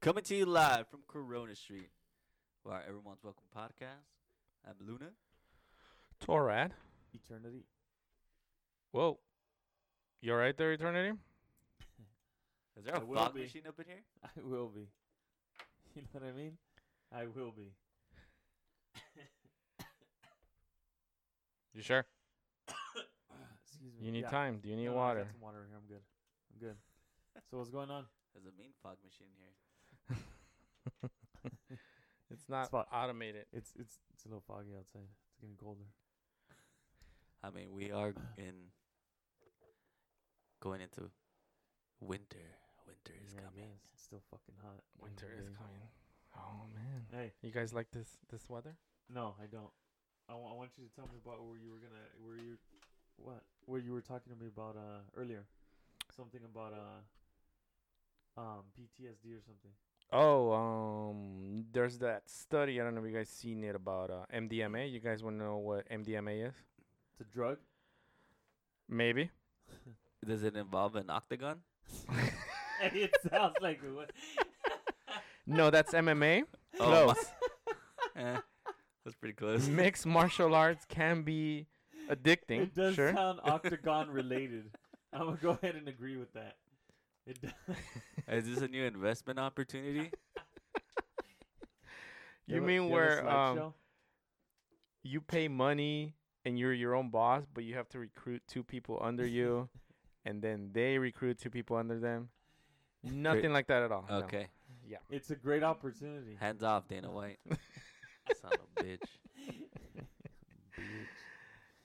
Coming to you live from Corona Street, where everyone's welcome podcast. I'm Luna. Torad. Eternity. Whoa. You alright there, Eternity? Is there a I will fog be. machine up in here? I will be. You know what I mean? I will be. You sure? Excuse me. You need Yeah. time. Do you need No, no, I got water? some water in here. I'm good. I'm good. So what's going on? There's a mean fog machine here. It's not Spot. automated. It's it's it's a little foggy outside. It's getting colder. I mean, we are in going into winter. Winter is Yeah, I coming. guess. It's still fucking hot. I Winter hate is it. coming. Oh man. Hey, You guys like this this weather? no, I don't. I wa- I want you to tell me about where you were gonna where you what where you were talking to me about uh earlier. Something about uh um PTSD or something. Oh, um there's that study, I don't know if you guys seen it about uh, MDMA. You guys wanna know what MDMA is? It's a drug. Maybe. Does it involve an octagon? it sounds like it was. No, that's MMA. Oh, my- Close. Eh, that's pretty close. Mixed martial arts can be addicting. It does sure. sound octagon related. I'm gonna go ahead and agree with that. It does. is this a new investment opportunity? you mean where um slideshow? you pay money and you're your own boss, but you have to recruit two people under you, and then they recruit two people under them. Nothing like that at all. no. Okay, it's a great opportunity. hands off, Dana White. Son of a bitch.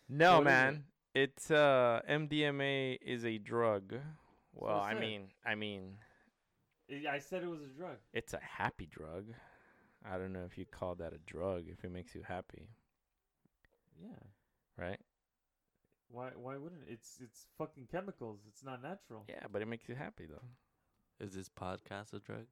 No, What is it? man. It's uh MDMA is a drug. Well, I I said. mean, I mean, I- I said it was a drug. it's a happy drug. I don't know if you call that a drug if it makes you happy, Yeah. right? Why? Why wouldn't it? it's? It's fucking chemicals. It's not natural. Yeah, but it makes you happy though. Is this podcast a drug?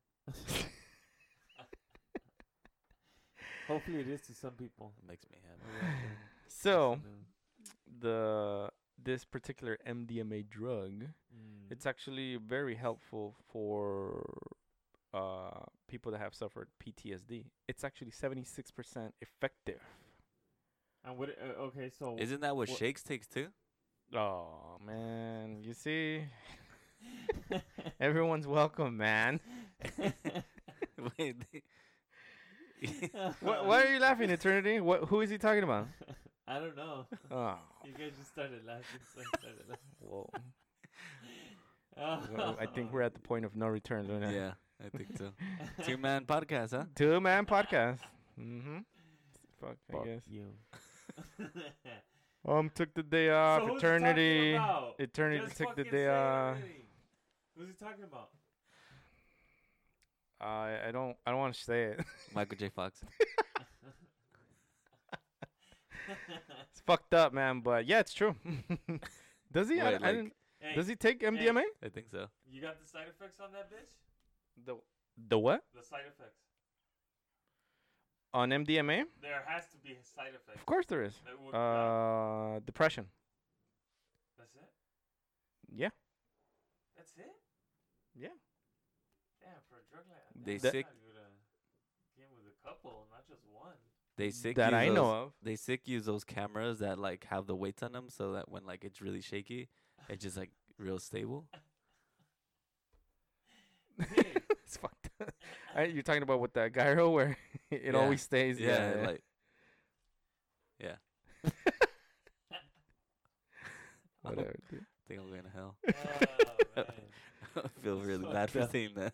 Hopefully, it is to some people. It makes me happy. Maybe I can- So, Mm. the this particular MDMA drug Mm. It's actually very helpful for uh, people that have suffered PTSD. It's actually 76% effective. and what? Uh, okay, so Isn't that what What- Shakes takes too? Oh, man. You see, everyone's welcome, man. Wait, they- What, why are you laughing, Eternity? What, who is he talking about? I don't know. Oh, You guys just started laughing. So I started well, laughing. well, I think we're at the point of no return, Luna. yeah, I think so. Two man podcast, huh? Two man podcast. Mm hmm. Fuck, I guess. you. Um, took the day off. So who's he talking Eternity. about? Eternity Just took the fucking day uh, say it off. already. Who's he talking about? I I don't. I don't want to say it. Michael J. Fox. It's fucked up, man. But yeah, it's true. does he? I, Wait, I like- didn't, Hey, does he take MDMA? I think so. you got the side effects on that bitch? The the what The side effects. on MDMA? There has to be side effects. Of course there is. That would- Uh, depression. that's it. Yeah. That's it. Yeah. Damn, for a drug like They damn, sick- I would've Came with a couple, not just one. They sick use that I know those- of. They sick use those cameras that like have the weights on them, so that when like it's really shaky, it's just like real stable. Hey, it's fucked. up. I, you're talking about with that gyro where it Yeah. always stays. Yeah, like yeah. I whatever. dude. think I'm going to hell. oh, man. I feel really Fucked bad for up. saying that.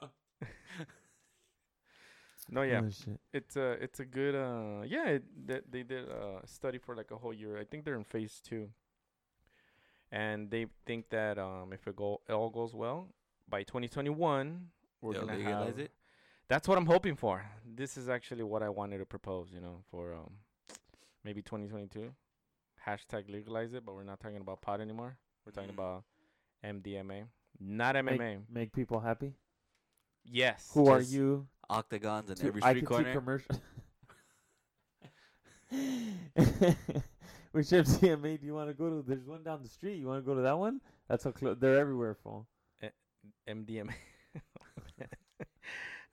No, yeah. Oh, shit. It's a it's a good uh yeah it, that they did a study for like a whole year. I think they're in phase two, and they think that um if it go it all goes well by 2021 we're They'll gonna legalize have- it? That's what I'm hoping for. This is actually what I wanted to propose. You know, for um maybe 2022 hashtag legalize it, but we're not talking about pot anymore. We're talking Mm. about MDMA, not MMA. Make- Make people happy. yes. Who are Just you? Octagons in to every I street could corner. see commercial. Which MCMA do you want to go to? There's one down the street. You want to go to that one? That's how close. They're everywhere, fool. MDMA.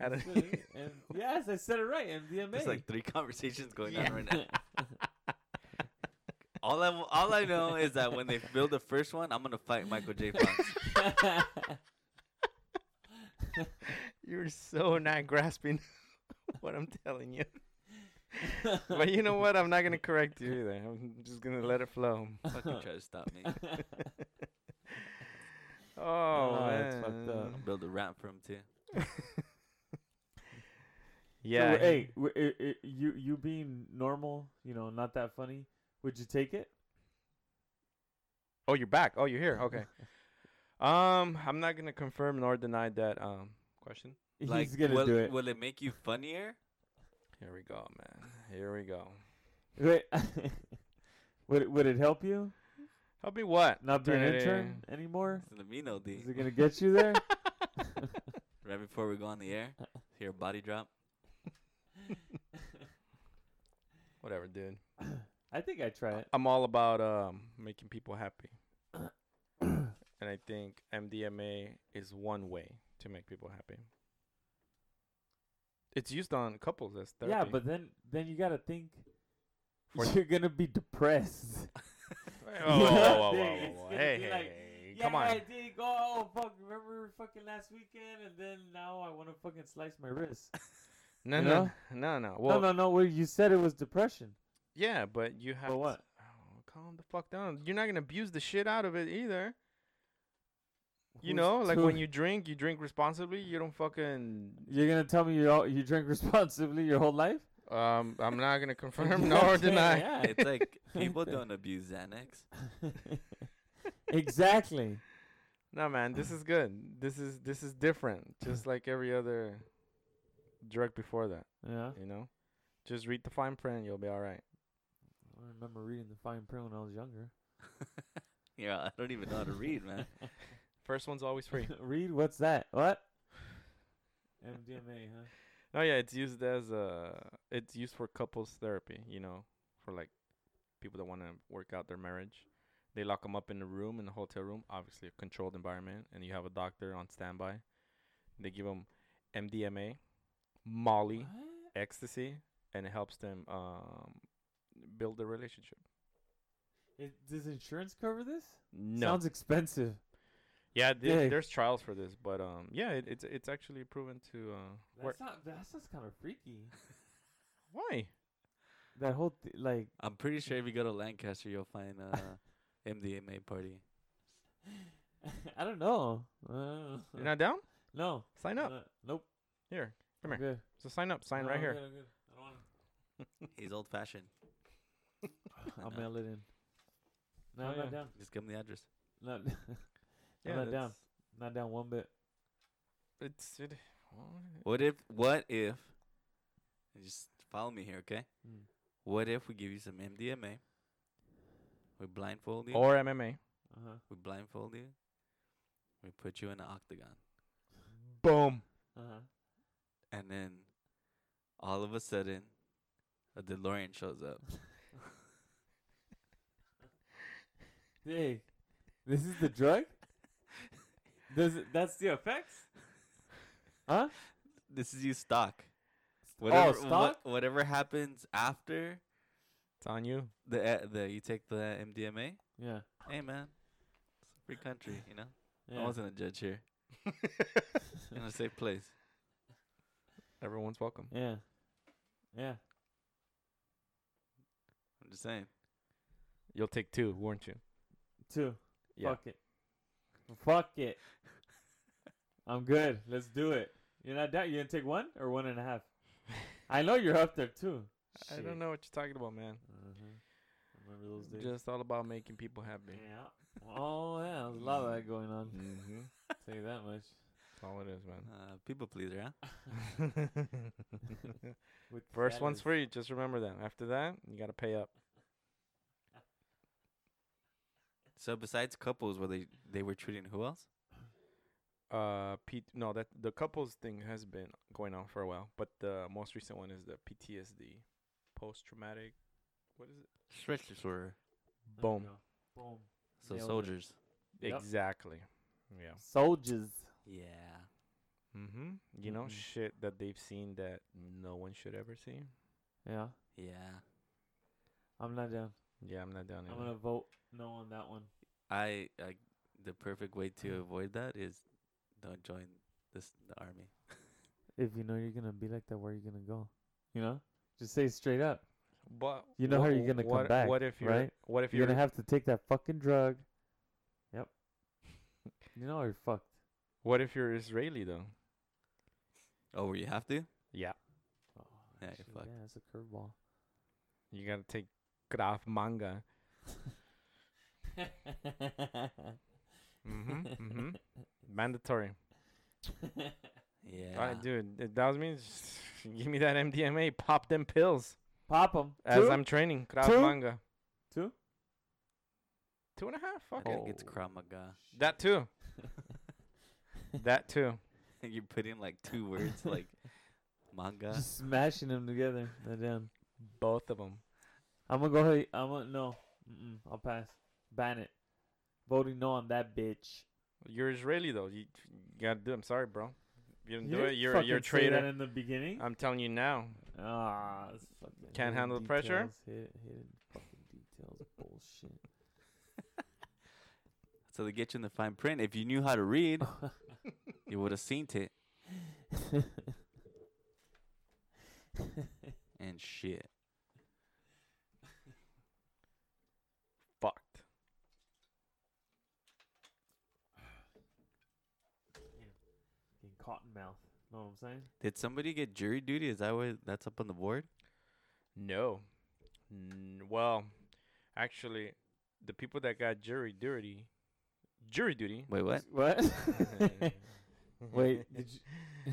Out of- That's good, eh? and yes, I said it right. MDMA. There's like three conversations going Yeah. on right now. All I w- all I know is that when they build the first one, I'm gonna fight Michael J. Fox. You're so not grasping what I'm telling you. But you know what? I'm not gonna correct you either. I'm just gonna let it flow. Fucking try to stop me. Oh, Oh, that's man. fucked up. I'll build a rap for him too. Yeah. So, hey, w- i- i- you you being normal, you know, not that funny. Would you take it? Oh, you're back. Oh, you're here. Okay. um, I'm not gonna confirm nor deny that um question. Like, He's gonna will, do it. Will it make you funnier? Here we go, man. Here we go. Wait, would it, would it help you Help me what? not be an Turn it intern anymore? It's the Mino D. Is it gonna get you there? Right before we go on the air, hear a body drop. Whatever, dude. I think I try it. I'm all about um making people happy. and I think MDMA is one way to make people happy. It's used on couples as therapy. Yeah, but then then you gotta think For- you're gonna be depressed. Hey, whoa, whoa, whoa, whoa, Dude, whoa, whoa. it's gonna Hey, be hey, like, hey, yeah, come on. I did go. Oh fuck! Remember fucking last weekend, and then now I want to fucking slice my wrist. No, you no, know? no, no. Well, no, no, no. Well, you said it was depression. yeah, but you have. But what? To, oh, calm the fuck down. You're not gonna abuse the shit out of it either. You Who's know, like to- when you drink, you drink responsibly. You don't fucking. You're gonna tell me you all, you drink responsibly your whole life? Um, I'm not gonna confirm You nor can't, deny. yeah. It's like people don't abuse Xanax. exactly. No, man, this is good. This is this is different. Just like every other drug before that, Yeah. you know. Just read the fine print, you'll be all right. I remember reading the fine print when I was younger. Yeah, I don't even know how to read, man. First one's always free. Read what's that? What? MDMA, huh? oh yeah, it's used as a it's used for couples therapy, you know, for like people that want to work out their marriage. They lock them up in a room in a hotel room, obviously a controlled environment, and you have a doctor on standby. They give them MDMA, Molly, ecstasy, and it helps them um, build a relationship. It, does insurance cover this? No. Sounds expensive. yeah, there- big. there's trials for this, but um, yeah, it, it's it's actually proven to uh, work. That's not. That sounds kind of freaky. Why? That whole th- like I'm pretty sure if you go to Lancaster, you'll find uh, MDMA party. I don't know. Uh, You're not down? no. Sign up. no, nope. Here, come I'm here. good. So sign up. Sign No, right I'm here. good, I'm good. I don't wanna- He's old fashioned. I'll know. mail it in. No, Oh, I'm yeah. not down. Just give him the address. Not, Yeah, not down. that's- not down one bit. It's it. well, What if? What if? Just follow me here, okay? Mm. What if we give you some MDMA? We blindfold you. Or MMA. Uh-huh. we blindfold you. We put you in an octagon, Boom. Uh-huh. and then all of a sudden, a DeLorean shows up. Hey, this is the drug? Does it, that's the effects? Huh? This is you stock. oh, Whatever- stock? what- whatever happens after It's on you. the uh, the you take the MDMA. Yeah. Hey man, it's a free country, you know. I Oh, yeah. wasn't a judge here. In a safe place. Everyone's welcome. Yeah. Yeah. I'm just saying. You'll take two, won't you? Two. Yeah. Fuck it. Fuck it. I'm good. Let's do it. You're not down. You gonna take one or one and a half? I know you're up there too. I don't know what you're talking about, man. Uh-huh. Remember those days? Just all about making people happy. Yeah. Oh yeah, there's a lot of that going on. Mm-hmm. Tell you that much. That's all it is, man. Uh, people pleaser, huh? With First one's Travis. free. Just remember that. After that, you gotta pay up. So besides couples, were they they were treating who else? Uh, P- no, that the couples thing has been going on for a while, but the most recent one is the PTSD, post traumatic. What is it? Stress disorder. There you Boom. go. Boom. So Nailed it. soldiers. Yep. Exactly. Yeah. Soldiers. Yeah. Mm-hmm. You know, Mhm. shit that they've seen that no one should ever see. Yeah, Yeah. I'm not down. Yeah, I'm not down. I'm either. gonna vote no on that one. I, I the perfect way to avoid that is don't join this the army. If you know you're gonna be like that, where are you gonna go? You know, just say it straight up. But You know how you're gonna come what, back, What if you're? right? What if You're you're? gonna have to take that fucking drug. Yep. you know you're fucked. what if you're Israeli though? Oh, where you have to? Yeah, Yeah, Oh, you're actually, fucked. Yeah, that's a curveball. you gotta take Krav Manga. Mm-hmm. mm-hmm. Mandatory. Yeah. All right, dude. th- That means give me that MDMA. Pop them pills Pop 'em. as Two? I'm training. Krav Two? Manga. Two? Two and a half. I Fuck it. think it's Oh. Krav Maga. That too. that too. you put in like two words like manga. just smashing them together. They're down. Both of them. I'm gonna go ahead. I'm gonna no. Mm-mm, I'll pass. Ban it. Voting no on that bitch. You're Israeli though. You, you gotta do. I'm sorry, bro. If you didn't do didn't it. You're you're a fucking say that traitor. in the beginning. I'm telling you now. Ah, it's fucking Can't hidden handle the pressure? details, Hidden, hidden fucking details. Bullshit. So they get you in the fine print. If you knew how to read, you would have seen it and shit. Fucked. Fucking cotton mouth. Know what I'm saying? Did somebody get jury duty? Is that what that's up on the board? No. N- well, actually, the people that got jury duty, jury duty. Wait, what? What? Wait, did you,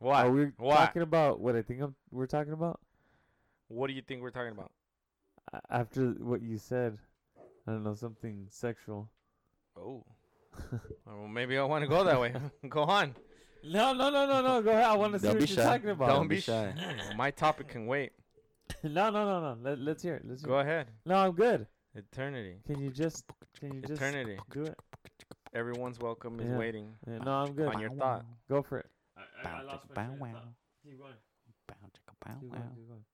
Why? are we Why? talking about what I think I'm, we're talking about? what do you think we're talking about? A- After what you said, I don't know something sexual. Oh. well, maybe I want to go that way. go on. No, no, no, no, no. Go ahead. I want to see Don't what be you're shy. talking about. Don't be be shy. My topic can wait. no, no, no, no. Let, let's hear it. Let's hear Go it. ahead. No, I'm good. Eternity. Can you just can you just Eternity. do it? Everyone's welcome is Yeah. waiting Yeah, no, I'm good. on your thought. Go for it. I, Bow I, I lost chicka my bow train of thought. wow. Keep going. Bow chicka bow Keep wow. going.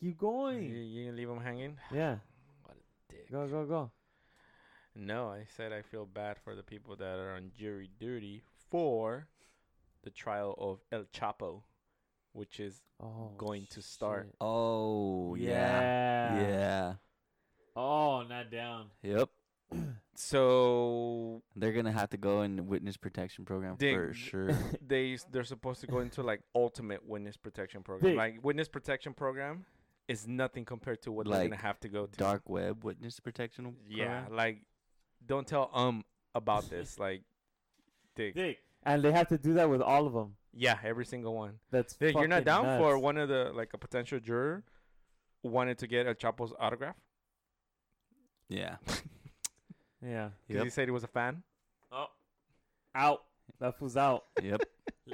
Keep going. You, you gonna leave them hanging? Yeah. What a dick. Go go go. No, I said I feel bad for the people that are on jury duty for the trial of El Chapo, which is Oh. Going to start. shit. Oh yeah. yeah. Yeah. Oh, not down. Yep. so They're gonna have to go in witness protection program Dig- for sure. they s- they're supposed to go into like ultimate witness protection program. Big. Like witness protection program is nothing compared to what they're Like, gonna have to go to. Dark web witness protection. Yeah, program? like don't tell um about this. like, dig. Dick. And they have to do that with all of them. Yeah, every single one. That's Dig, you're not fucking down for nuts. one of the like a potential juror wanted to get El Chapo's autograph. Yeah. Yeah. Because he Yep. said he was a fan. Oh. Out. That fool's out. yep.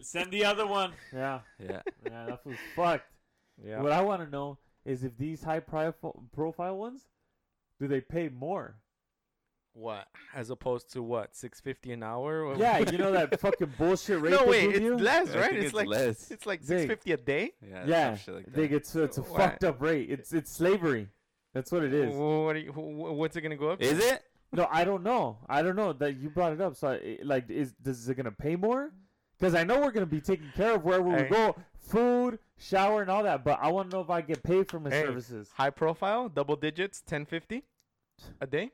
Send the other one. Yeah. Yeah. Yeah. That fool's fucked. Yeah. What I want to know is if these high profile profile ones, do they pay more? What? As opposed to what? Six fifty an hour? What- yeah, you know that fucking bullshit rate. no, they wait, give it's you? less, I right? think It's, it's like less. it's like Dig. six fifty a day. Yeah. some Yeah, shit like they that. get so it's a Why? fucked up rate. It's it's slavery. That's what it Wh- is. What are you, wh- wh- what's it gonna go up? to? Is it? No, I don't know. I don't know that you brought it up. So, I, like, is does is it gonna pay more? Because I know we're gonna be taken care of wherever Hey. we go, food, shower, and all that. But I want to know if I get paid for my Hey. services. High profile, double digits, ten fifty a day.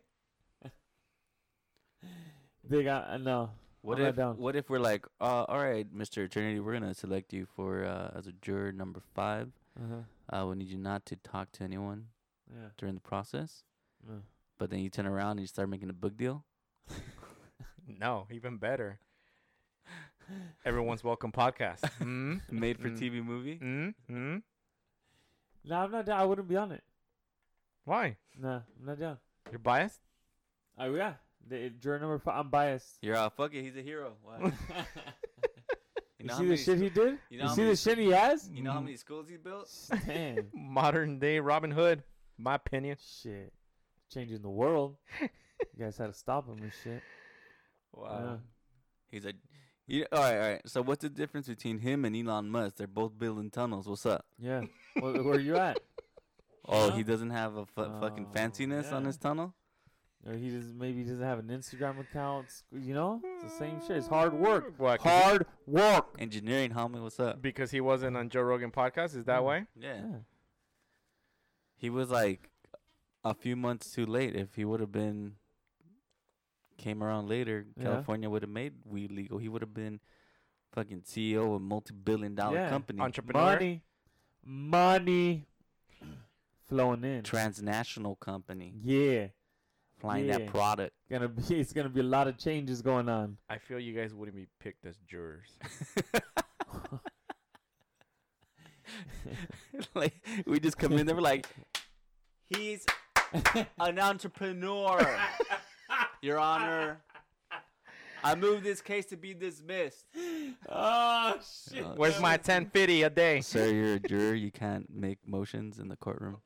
They got uh, no. What I'm not if down. what if we're like, uh, all right, Mr. Eternity, we're gonna select you for uh, as a juror number five. Uh-huh. Uh, we need you not to talk to anyone Yeah. during the process. Yeah. But then you turn around and you start making a book deal. No, even better. Everyone's welcome podcast. Mm, Made for Mm. TV movie. mm, mm. No, I'm not down. I wouldn't be on it. Why? Nah, I'm not down. You're biased. Oh yeah, the, juror number five. I'm biased. You're all fuck it. He's a hero. Wow. You, see the shit he did? you You, know how see many- the shit he has? You know how many schools he built? Damn. Modern day Robin Hood. My opinion. shit. Changing the world. You guys had to stop him and shit. Wow. He's a You, all right, all right. So what's the difference between him and Elon Musk? They're both building tunnels. What's up? Yeah. Where, where are you at? Oh, Huh? he doesn't have a fu- fucking Oh, fanciness on yeah. his tunnel. Or he just maybe he doesn't have an Instagram account. s- You know, it's the same shit. Mm. It's hard work. Why, 'cause he- Hard work. Engineering, homie. What's up? because he wasn't on Joe Rogan podcast. Is that Mm. why? Yeah. Yeah. He was like a few months too late. If he would have been came around later, Yeah. California would have made weed legal. He would have been fucking CEO of a multi-billion dollar Yeah. company. Entrepreneur. Money, money, flowing in. transnational company yeah, flying Yeah. that product. gonna be. It's gonna be a lot of changes going on. I feel you guys wouldn't be picked as jurors. like we just come in there we're like he's an entrepreneur. Your honor. I move this case to be dismissed. oh shit! Uh, Where's my ten fifty a day? Sir, you're a juror. You can't make motions in the courtroom.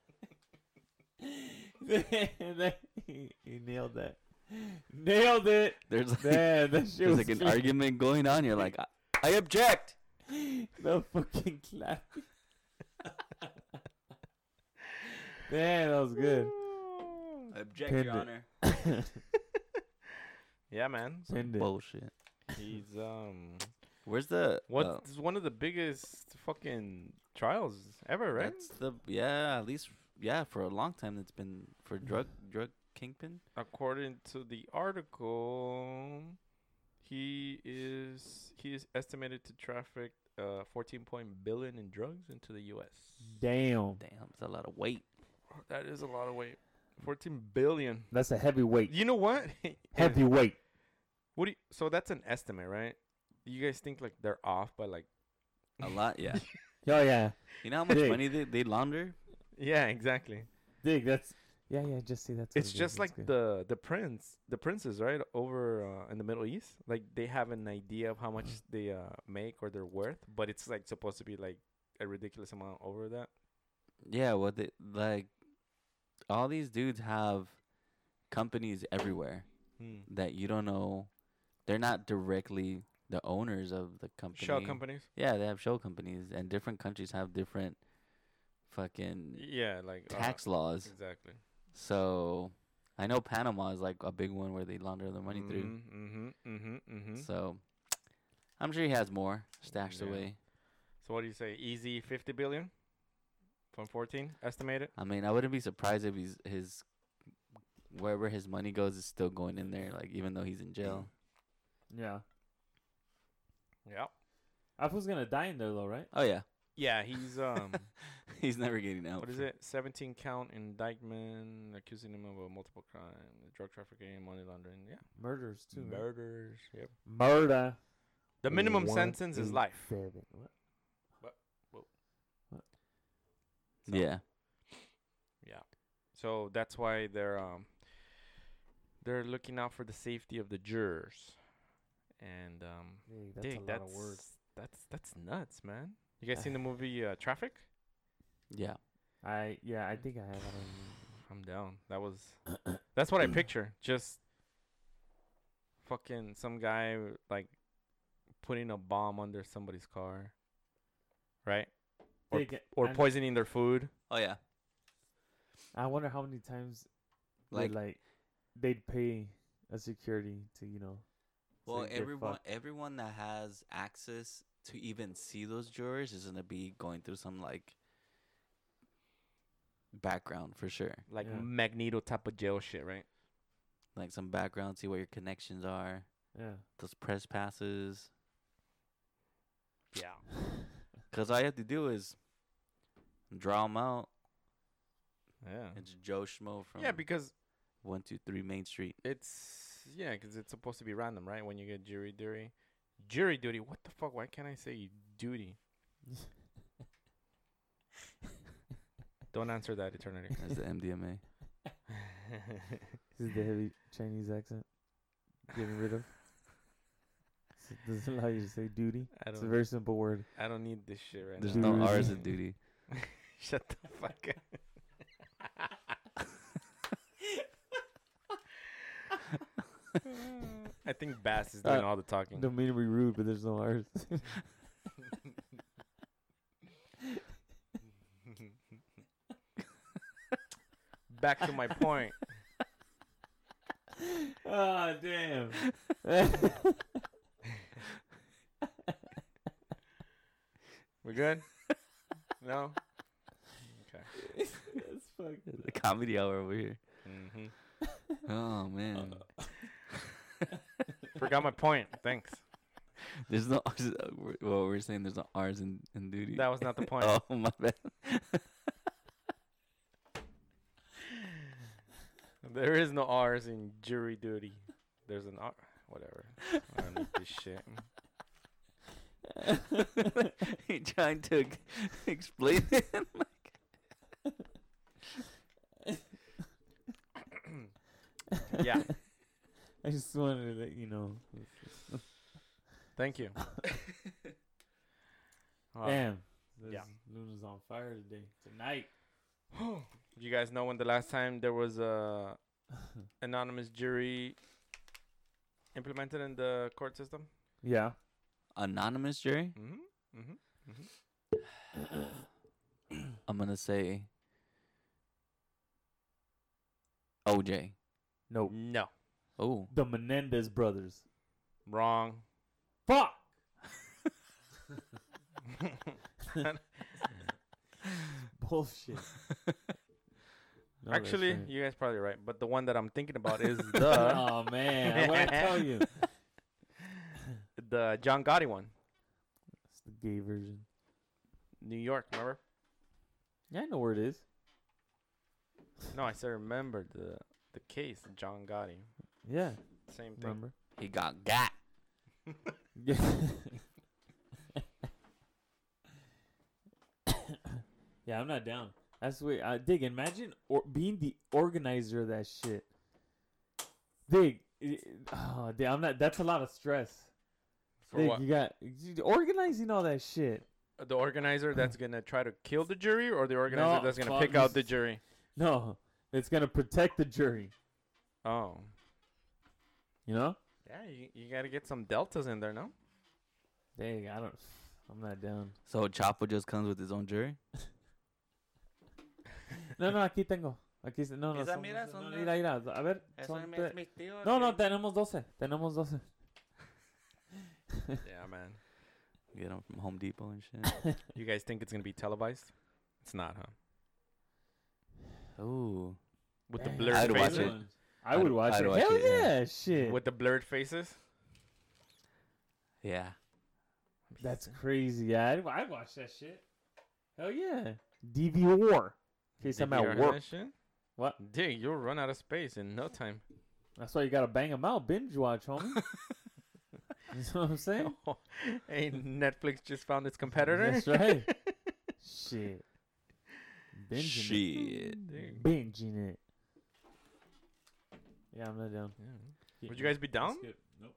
he he nailed that. Nailed it. There's like, Man, that shit there's was like an clean. argument going on. You're like, I, I object. the fucking clap. Man, that was good. I object, Pinned Your it. Honor. Yeah, man. Send it. Bullshit. He's um. Where's the What oh, is one of the biggest fucking trials ever, right? That's the yeah. At least yeah, for a long time it's been for drug drug kingpin. According to the article, he is he is estimated to traffic uh 14.1 billion in drugs into the U.S. Damn, Damn, it's a lot of weight. That is a lot of weight. 14 billion. that's a heavyweight. You know what? And Heavyweight. What do you, so that's an estimate, right? You guys think like they're off by like A lot, yeah. Oh yeah, You know how much Big. money they, they launder? Yeah, exactly. dig. That's yeah, yeah. Just see that's. what It's it is. just That's like good. the the prince, the princes, right? Over uh, in the Middle East, like they have an idea of how much they uh, make or they're worth, but it's like supposed to be like a ridiculous amount over that. Yeah, well, they, like all these dudes have companies everywhere Hmm. that you don't know. They're not directly the owners of the company. Shell companies. Yeah, they have shell companies, and different countries have different fucking Yeah, like uh, tax laws. Exactly. So I know Panama is like a big one where they launder their money through. Mm-hmm. Mm-hmm. Mm-hmm. So, So I'm sure he has more stashed Yeah. away. what do you say? Easy 50 billion from 14 estimated. I mean, I wouldn't be surprised if he's his wherever his money goes is still going in there, like even though he's in jail. yeah. Yeah. I was gonna die in there though, right? Oh yeah, Yeah, he's um. he's never getting out. What is it? 17 count indictment accusing him of a multiple crime, drug trafficking, money laundering. Yeah. Murders too. right? Murders. Yep. Murder. The minimum One sentence is eight life. seven. What? So, Yeah, Yeah. So that's why they're um they're looking out for the safety of the jurors. And um Dig, that's that's a lot that's, of words. that's that's nuts, man. You guys seen the movie uh, Traffic? yeah. I yeah, I think I have. I don't remember. I'm down. That was that's what I picture. Just fucking some guy like putting a bomb under somebody's car, right? Or, Dig, or I kn- poisoning their food. Oh yeah. I wonder how many times Like like, like they'd pay a security to you know. so well, you get everyone fucked. everyone that has access to even see those jurors is gonna be going through some like background for sure. Like Yeah. Magneto type of jail shit, right? Like some background, see what your connections are. Those press passes. Yeah. Yeah. Cause all you have to do is draw them out. Yeah. It's Joe Schmo from Yeah, because one two three Main Street. it's yeah, because it's supposed to be random, right? When you get jury duty. Jury duty, what the fuck? Why can't I say duty? Don't answer that eternity. That's the MDMA. This is the heavy Chinese accent. Getting rid of. So it doesn't allow you to say duty. I It's a don't very simple word. I don't need this shit right There's now. no Duty. R's in duty. Shut the fuck up. I think Bass is doing Uh, all the talking. Don't mean to be rude, but there's no R's. Back to my point. Ah, damn. We good? No. Okay. That's fucking. The comedy hour over here. hmm Oh man, Forgot my point. Thanks. there's no. R's, uh, we're- well, we're saying there's no R's in, in duty. That was not the point. Oh my bad. There is no R's in jury duty. There's an R. Whatever. I don't need this shit. You're trying to ex- explain it. Yeah. I just wanted to let you know. Thank you. Uh, Damn. This yeah. Luna's on fire today. Tonight. you guys know when the last time there was a anonymous jury implemented in the court system? Yeah. Anonymous jury. Mm-hmm. Mm-hmm. I'm gonna say. OJ. Nope. No. Oh. The Menendez brothers. Wrong. Fuck. Bullshit. No, that's Actually, right. you guys probably right, but the one that I'm thinking about is the oh man, what I tell you, it's the John Gotti one, the gay version. New York. Remember? Yeah, I know where it is. No, I still remember the the case, John Gotti. Yeah, Same thing. remember? He got got. Yeah. yeah, I'm not down. That's weird. Uh, Dig, imagine or- being the organizer of that shit. Dig, i- oh, Dig, I'm not. That's a lot of stress. For Dig, what? you got you- organizing all that shit. The organizer that's gonna try to kill the jury, or the organizer No, that's gonna fuck, pick out this the is- jury? No, it's gonna protect the jury. Oh, You know? yeah. You, you gotta get some deltas in there, no? Dig, I don't. I'm not down. So Chapo just comes with his own jury. No, no, aquí tengo. Aquí se- no, no. Esa son- mira, son- son no, mira, mira. A ver. son tre- no, no, tenemos 12. Tenemos 12. yeah, man. Get him from Home Depot and shit. You guys think it's gonna be televised? It's not, huh? Ooh. With the Dang. blurred I'd watch faces. it. I would I'd- watch I'd it. watch Hell it, yeah. yeah. shit. With the blurred faces. Yeah. That's crazy. Yeah, I'd, I'd watch that shit. Hell yeah. DVR. In case I'm Did you at hear work. that shit? What? Dude, you'll run out of space in no time. That's why you gotta bang them out. Binge watch, homie. you know what I'm saying? Hey, Oh, Netflix just found its competitor. That's right. shit. Binging Shit. it. Dude. Binging it. Yeah, I'm not down. Yeah. Would you guys be down? Nope.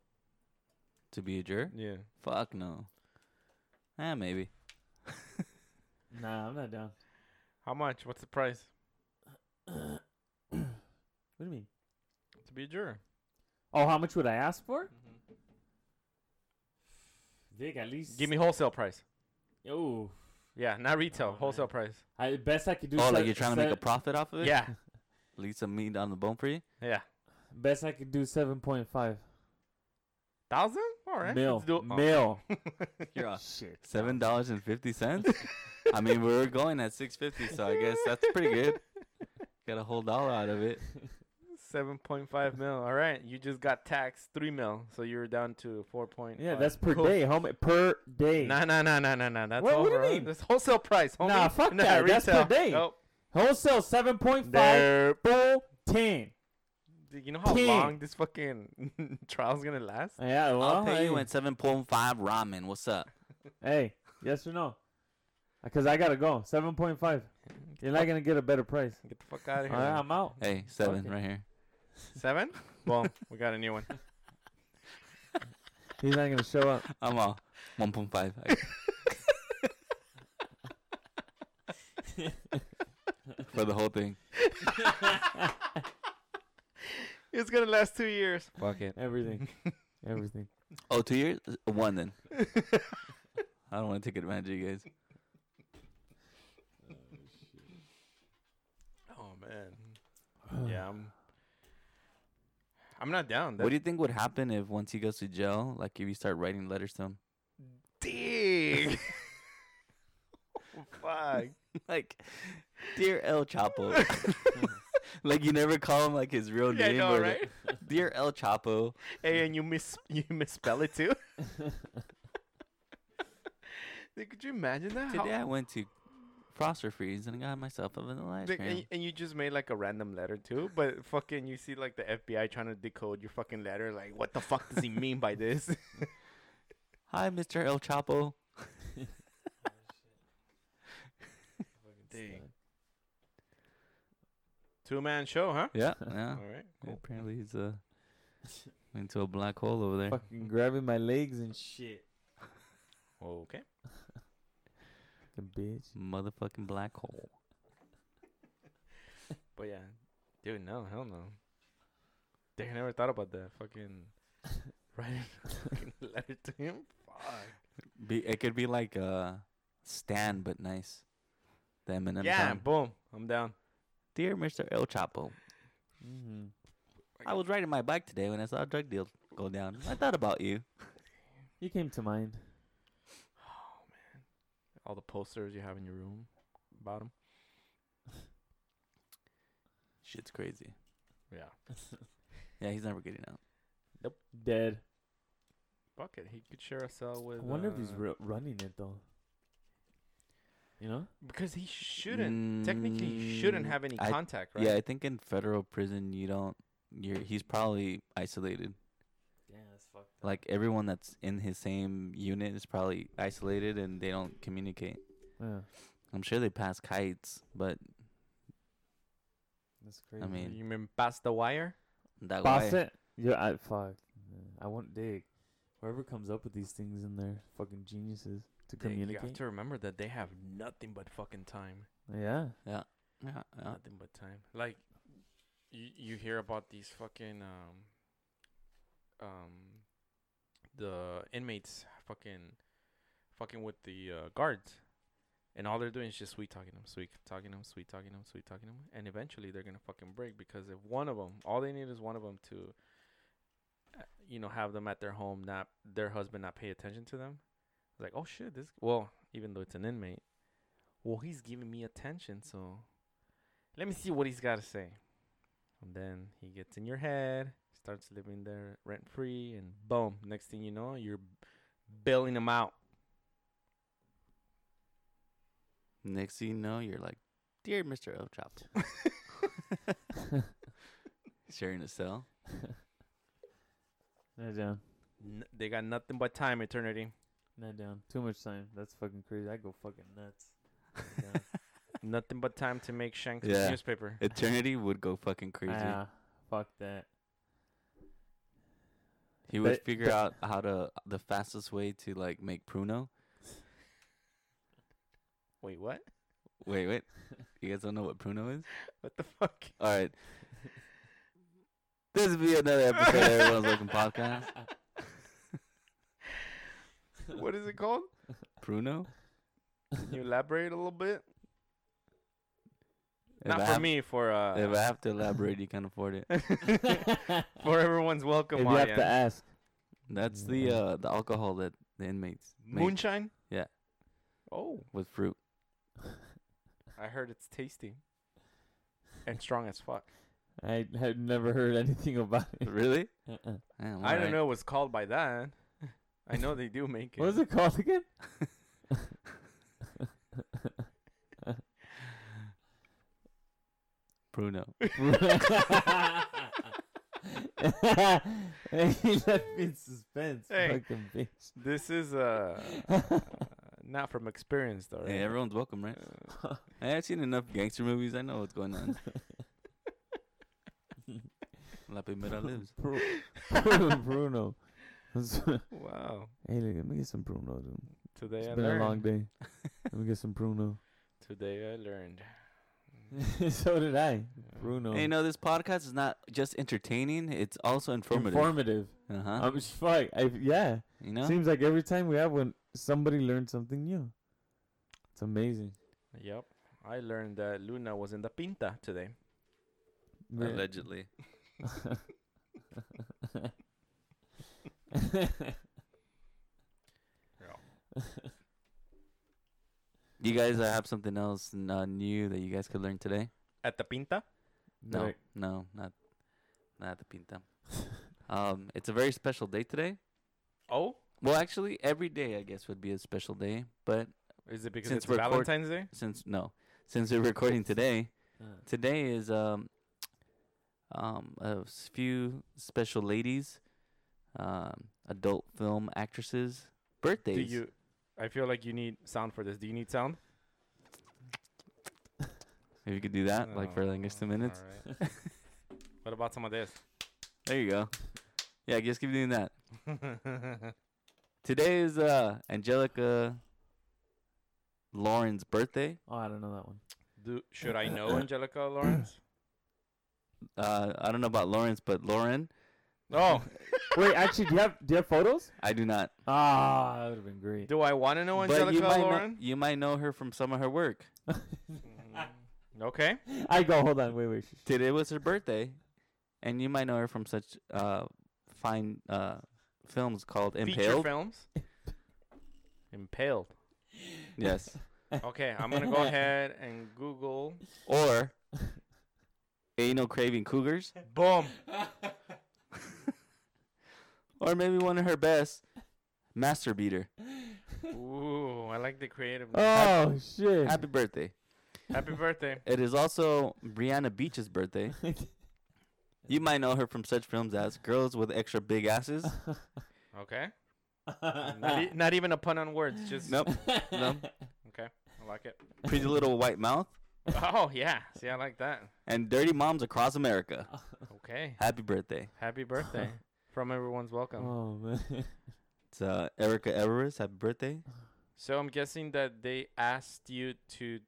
To be a juror? Yeah. Fuck no. Eh, maybe. Nah, I'm not down. How much? What's the price what do you mean? to be a juror? Oh, how much would I ask for? Mm-hmm. Dig, at least Give me wholesale price. Oh, Yeah, not retail. Oh, wholesale man. price. I best I could do. oh, se- like you're trying to make a se- profit off of it? Yeah. Leave some meat on the bone for you? Yeah. Best I could do seven point five Thousand? All right. mil. Let's do it. Oh. Mil. You're off. Shit. Seven dollars and fifty Oh. cents? I mean we were going at six fifty, so I guess that's pretty good. Got a whole dollar out of it. Seven point five mil. All right. You just got taxed three mil, so you're down to four point. Yeah, that's per day, homie. Per day, Nah, nah, nah, nah, nah, nah. That's What- over. what do you huh? mean? That's wholesale price. Homie. Nah, fuck Not that. That's per retail. day. Nope. wholesale seven point five Derp. full ten. Dude, you know how Ten. long this fucking trial's gonna last? Yeah, well, I'll pay hey, you at seven point five ramen. What's up? hey, yes or no? Because I gotta go. Seven point five. You're Oh. not gonna get a better price. Get the fuck out of here. All right, man. I'm out. Hey, seven Okay. right here. Seven? Well, we got a new one. He's not gonna show up. I'm all one point five. for the whole thing. It's gonna last two years. Fuck it. Everything. Everything. Oh, two years? Uh, One then. I don't want to take advantage of you guys. Oh man. Yeah, I'm. I'm not down. What do you think would happen if once he goes to jail, like if you start writing letters to him? dig. fuck. Like, dear El Chapo. like you never call him like his real Yeah, I name. know, or right? the- Dear El Chapo. Hey, and you miss you misspell it too. Like, Could you imagine that? How- Today I went to Froster Freeze and I got myself a vanilla ice Like, and, cream. and you just made like a random letter too, but fucking you see like the FBI trying to decode your fucking letter. Like, what the fuck does he mean by this? Hi, Mr. El Chapo. Dang. Two man show, huh? Yeah, yeah. All right. Yeah, Cool. Apparently he's uh into a black hole over there. Fucking grabbing my legs and shit. Okay. The bitch. Motherfucking black hole. But yeah, dude, no, hell no. Dang, I never thought about that. Fucking writing a fucking letter to him. Fuck. Be it could be like uh Stan but nice. The Eminem Yeah, song. boom. I'm down. Dear Mr. El Chapo, Mm-hmm. I was riding my bike today when I saw a drug deal go down. I thought about you. You came to mind. Oh, All the posters you have in your room, bottom. Shit's crazy. Yeah. Yeah, he's never getting out. Dead. Fuck it. He could share a cell with. I wonder if he's uh, re- running it though. You know? Because he shouldn't. Technically, he shouldn't Mm, have any I- contact, right? Yeah, I think in federal prison you don't. You're he's probably isolated. Yeah, that's fucked. Like everyone that's in his same unit is probably isolated and they don't communicate. Yeah, I'm sure they pass kites, but that's crazy. mean, You mean past the wire? that Boss way. it. Yeah, I fuck. Yeah, I won't dig. Whoever comes up with these things in there, fucking geniuses to They- You have communicate. to remember that they have nothing but fucking time. Yeah. Yeah, yeah. Nothing but time. Like you, you hear about these fucking um um the inmates fucking fucking with the uh, guards. And all they're doing is just sweet talking them, sweet talking them, sweet talking them, sweet talking them, and eventually they're gonna fucking break because if one of them, all they need is one of them to, uh, you know, have them at their home, not their husband, not pay attention to them. It's like, oh shit, this. Well, even though it's an inmate, well, he's giving me attention, so let me see what he's got to say. And then he gets in your head, starts living there rent free, and boom, next thing you know, you're bailing him out. Next thing you know, you're like, dear Mr. El Chapo. Sharing a cell. Not down. N- they got nothing but time eternity. Not down. Too much time. That's fucking crazy. I go fucking nuts. nothing but time to make Shanks with Yeah. newspaper. Eternity would go fucking crazy. Ah, fuck that. He would But- figure but- out how to the fastest way to like make pruno. Wait, what? Wait, wait. You guys don't know what pruno is? What the fuck? All right. This would be another episode of Everyone's Looking Podcast. What is it called? Pruno? Can you elaborate a little bit? If Not I for have- me, for If I uh, have to elaborate, you can afford it. for everyone's welcome if you have audience. to ask. That's the Yeah. uh, the alcohol that the inmates make Moonshine. Yeah. Oh, with fruit. I heard it's tasty and strong as fuck. I had never heard anything about it. really? Uh-uh. Yeah, well, I don't alright. know it was called by that. I know they do make it. What is it called again? Pruno. and he left me in suspense. Hey. Fucking bitch. This is uh, not from experience though, right? Hey, everyone's welcome, right? Uh, Hey, I've seen enough gangster movies. I know what's going on. La Primera lives. Bru- Bru- Bruno. hey, wow. look, let me get some Bruno. Dude. Today It's I been learned. a long day. Let me get some Bruno. Today I learned. so did I. Bruno. And you know, this podcast is not just entertaining; it's also informative. Informative. uh huh. Um, I'm just- fuck. I, yeah. you know. Seems like every time we have one, somebody learns something new. It's amazing. Yep. I learned that Luna was in the pinta today. Man. Allegedly. You guys uh, have something else n- uh, new that you guys could learn today? At the pinta? No, Right. no, not not the pinta. um, it's a very special day today. Oh? Well, actually, every day I guess would be a special day, but Is it because Since it's we're court- Valentine's Day? since no, since we're recording today, Uh. today is um um a s- few special ladies, um adult film actresses birthdays. Do you I feel like you need sound for this. Do you need sound? Maybe we could do that like for like just two Oh, minutes. alright. what about some of this? There you go. Yeah, just keep doing that. Today is uh Angelica Lauren's birthday. Oh, I don't know that one. Do should I know Angelica Lawrence? Uh, I don't know about Lawrence, but Lauren, No. Wait, actually, do you have do you have photos? I do not. Ah, that would have been great. Do I want to know but you Oh, Angelica might know, Lauren? you might know her from some of her work. Mm, okay. I go. Hold on. Wait, wait. Sh- sh- Today was her birthday, and you might know her from such uh fine uh films called Feature Impaled. films. Impaled. Yes, Okay, I'm gonna go ahead and Google. or Anal Craving Cougars, Boom. or maybe one of her best, Master Beater. Ooh, I like the creative. Oh shit. Happy birthday! Happy birthday. It is also Brianna Beach's birthday. You might know her from such films as Girls with Extra Big Asses. Okay. Not, e- not even a pun on words. Just Nope. No. Okay, I like it. Pretty Little White Mouth. Oh yeah. See, I like that. And Dirty Moms Across America. Okay. Happy birthday. Happy birthday from everyone's welcome. Oh man. It's uh, Erica Everest. Happy birthday. So I'm guessing that they asked you to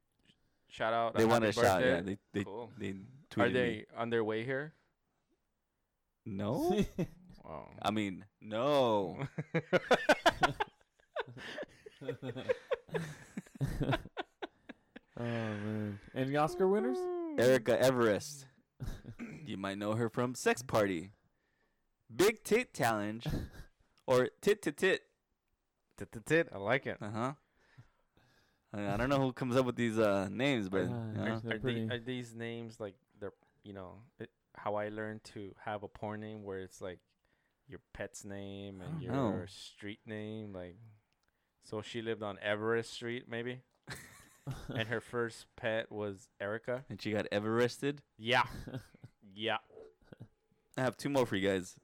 shout out. they a want happy a shout. Yeah, birthday? they, they, cool. they tweeted Are they me. on their way here? No? Oh. I mean, no. Oh man. Any Oscar winners? Erica Everest. you might know her from Sex Party, Big Tit Challenge, or Tit to Tit. Tit, tit, tit. I like it. Uh huh. I I don't know who comes up with these uh, names, but you Uh, know. Are, They're are, the, pretty. are these names like they're you know it, how I learned to have a porn name where it's like your pet's name and don't your know. street name like so she lived on Everest Street maybe and her first pet was Erica and she got Everested. yeah yeah I have two more for you guys.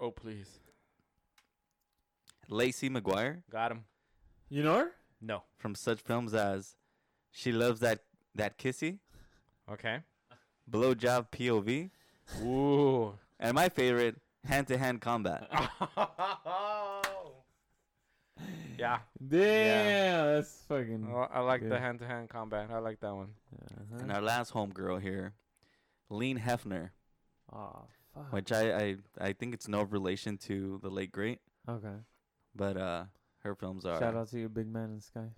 oh please Lacey McGuire got him You know her? no from such films as She Loves That That Kissy, okay Blowjob POV, ooh and my favorite, Hand to Hand Uh-huh. Combat. yeah Damn, that's fucking. I, li- I like the Okay. hand to hand combat I like that one Uh-huh. And Uh-huh. our last homegirl here, Lean Hefner, Aw, fuck. which I, I I think it's no relation to the late great, Okay. but uh, her films are Shout out to you, big man in the sky.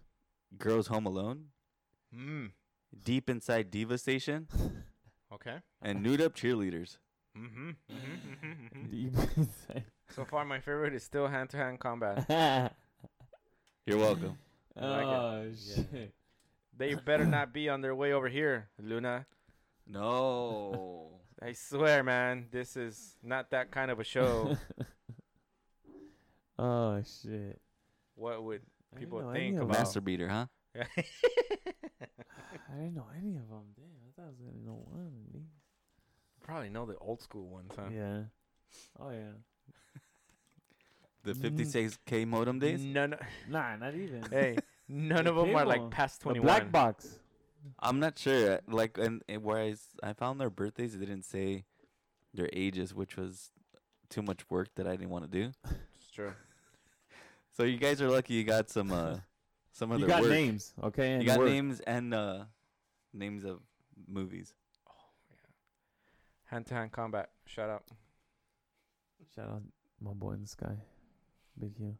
Girls Home Alone, mm. Deep Inside Diva Station, Hmm? okay and Nude Up Cheerleaders. mm-hmm, mm-hmm, mm-hmm. Deep inside. So far, my favorite is still hand to hand combat. You're welcome. oh like it. Yeah. shit. They better not be on their way over here, Luna. no. I swear, man, this is not that kind of a show. Oh shit. what would I didn't people know think any of about- Master Beater, huh? I didn't know any of them. Damn, I thought I was gonna know one of these. probably know the old school ones, huh? Yeah. Oh yeah. The Mm. 56K modem days? None, Nah, not even. hey, none The of them are cable, like past the twenty black one. box. I'm not sure. Like, and, and where I, s- I found their birthdays, it didn't say their ages, which was too much work that I didn't want to do. It's true. So you guys are lucky. You got some, uh, some of You their got work. names, okay? You and got work. names and uh, names of movies. Hand to hand combat. Shut up. Shout out my boy in the sky, Big Hugh.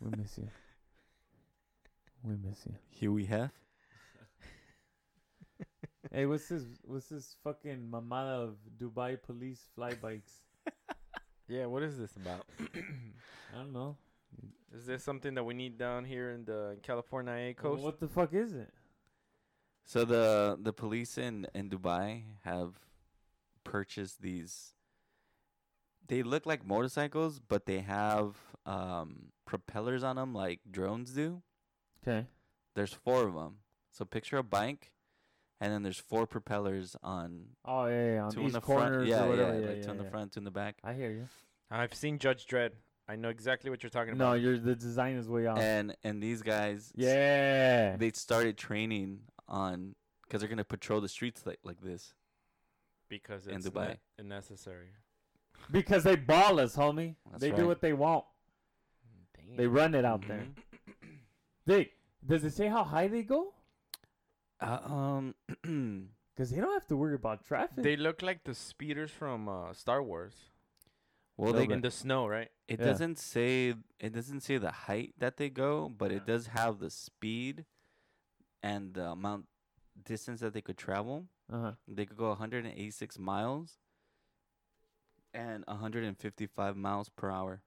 We miss you. We miss you. Here we have. Hey, what's this? this? What's this fucking mamada of Dubai police fly bikes? Yeah, what is this about? I don't know. is this something that we need down here in the California A Well, coast? What the fuck is it? So the the police in in Dubai have purchased these. They look like motorcycles, but they have um, propellers on them like drones do. Okay. There's four of them. So picture a bike, and then there's four propellers on Oh yeah, yeah. On two each in the corners front, yeah, or whatever. yeah, Yeah, like yeah, two in the yeah. front, two in the back, I hear you. I've seen Judge Dredd. I know exactly what you're talking No, about. your the design is way off. and and these guys, yeah. they started training on because they're gonna patrol the streets like like this. Because in it's Dubai. ne- necessary. because they ball us, homie. That's they right. do what they want. They run it out there. Mhm. They does it say how high they go? Uh, um, Because they don't have to worry about traffic. They look like the speeders from uh, Star Wars. well, No, they but- in the snow, right? It Yeah. doesn't say it doesn't say the height that they go, but it does have the speed and the amount distance that they could travel. uh-huh. They could go 186 miles and 155 miles per hour.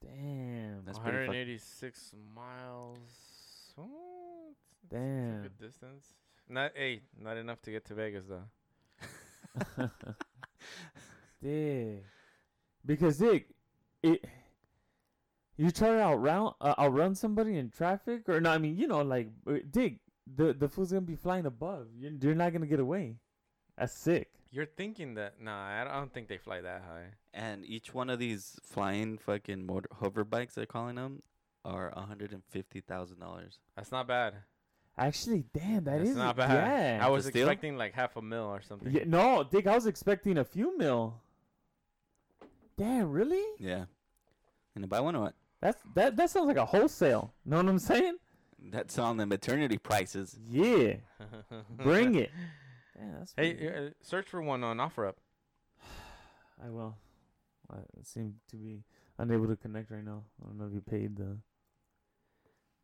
Damn. That's pretty fuck- 186 miles. Oh, it's- It's a Damn. good distance. Not hey, not enough to get to Vegas though. Dick. Because Dick, it you try to outrun uh, outrun somebody in traffic or no? I mean, you know, like uh, Dick, the the fool's gonna be flying above. You're, you're not gonna get away. That's sick. You're thinking that? Nah, I don't- I don't think they fly that high. And each one of these flying fucking motor hover bikes they're calling them are $150,000. That's not bad. Actually, damn, that That's is not it. bad. Yeah. I was To steal? expecting like half a mil or something. yeah. No, Dick, I was expecting a few mil. Damn, really? Yeah. And if I want to, That's that. That sounds like a wholesale. Know what I'm saying? that's on the maternity prices. Yeah. Bring it. Damn, that's pretty- Hey, uh, search for one on OfferUp. I will. I seem to be unable to connect right now. I don't know if you paid the.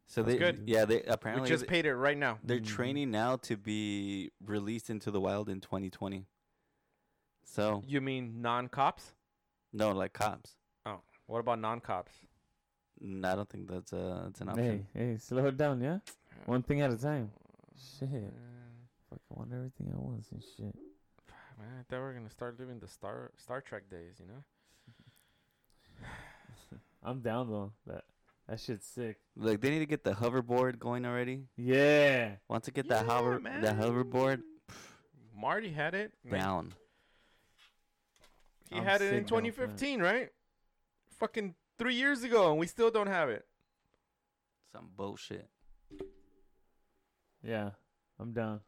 So That's they, good. yeah, they We apparently just they- paid it right now. They're Mhm. training now to be released into the wild in 2020. So You mean non-cops? no, like cops. What about non-cops? Mm, I don't think that's a that's an Hey, option. hey, slow it down, yeah. One thing at a time. Shit, Uh, fucking want everything at once and shit. Man, I thought we were gonna start living the Star Star Trek days, you know? I'm down though. That that shit's sick. Like they need to get the hoverboard going already. Yeah. Once they get that hover the hoverboard Marty had it. Like, down. He I'm had it in sick now, man. 2015, right? Fucking three years ago, and we still don't have it. Some bullshit. Yeah. I'm down.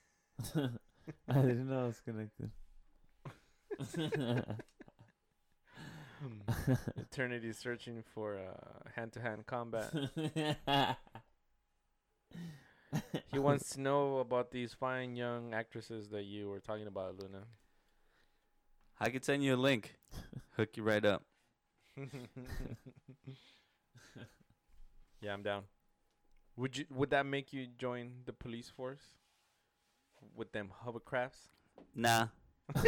I didn't know I was connected. Hmm. Eternity is searching for uh, hand-to-hand combat. he wants to know about these fine young actresses that you were talking about, Luna. I could send you a link. Hook you right up. yeah, I'm down. Would you? Would that make you join the police force with them hovercrafts? Nah.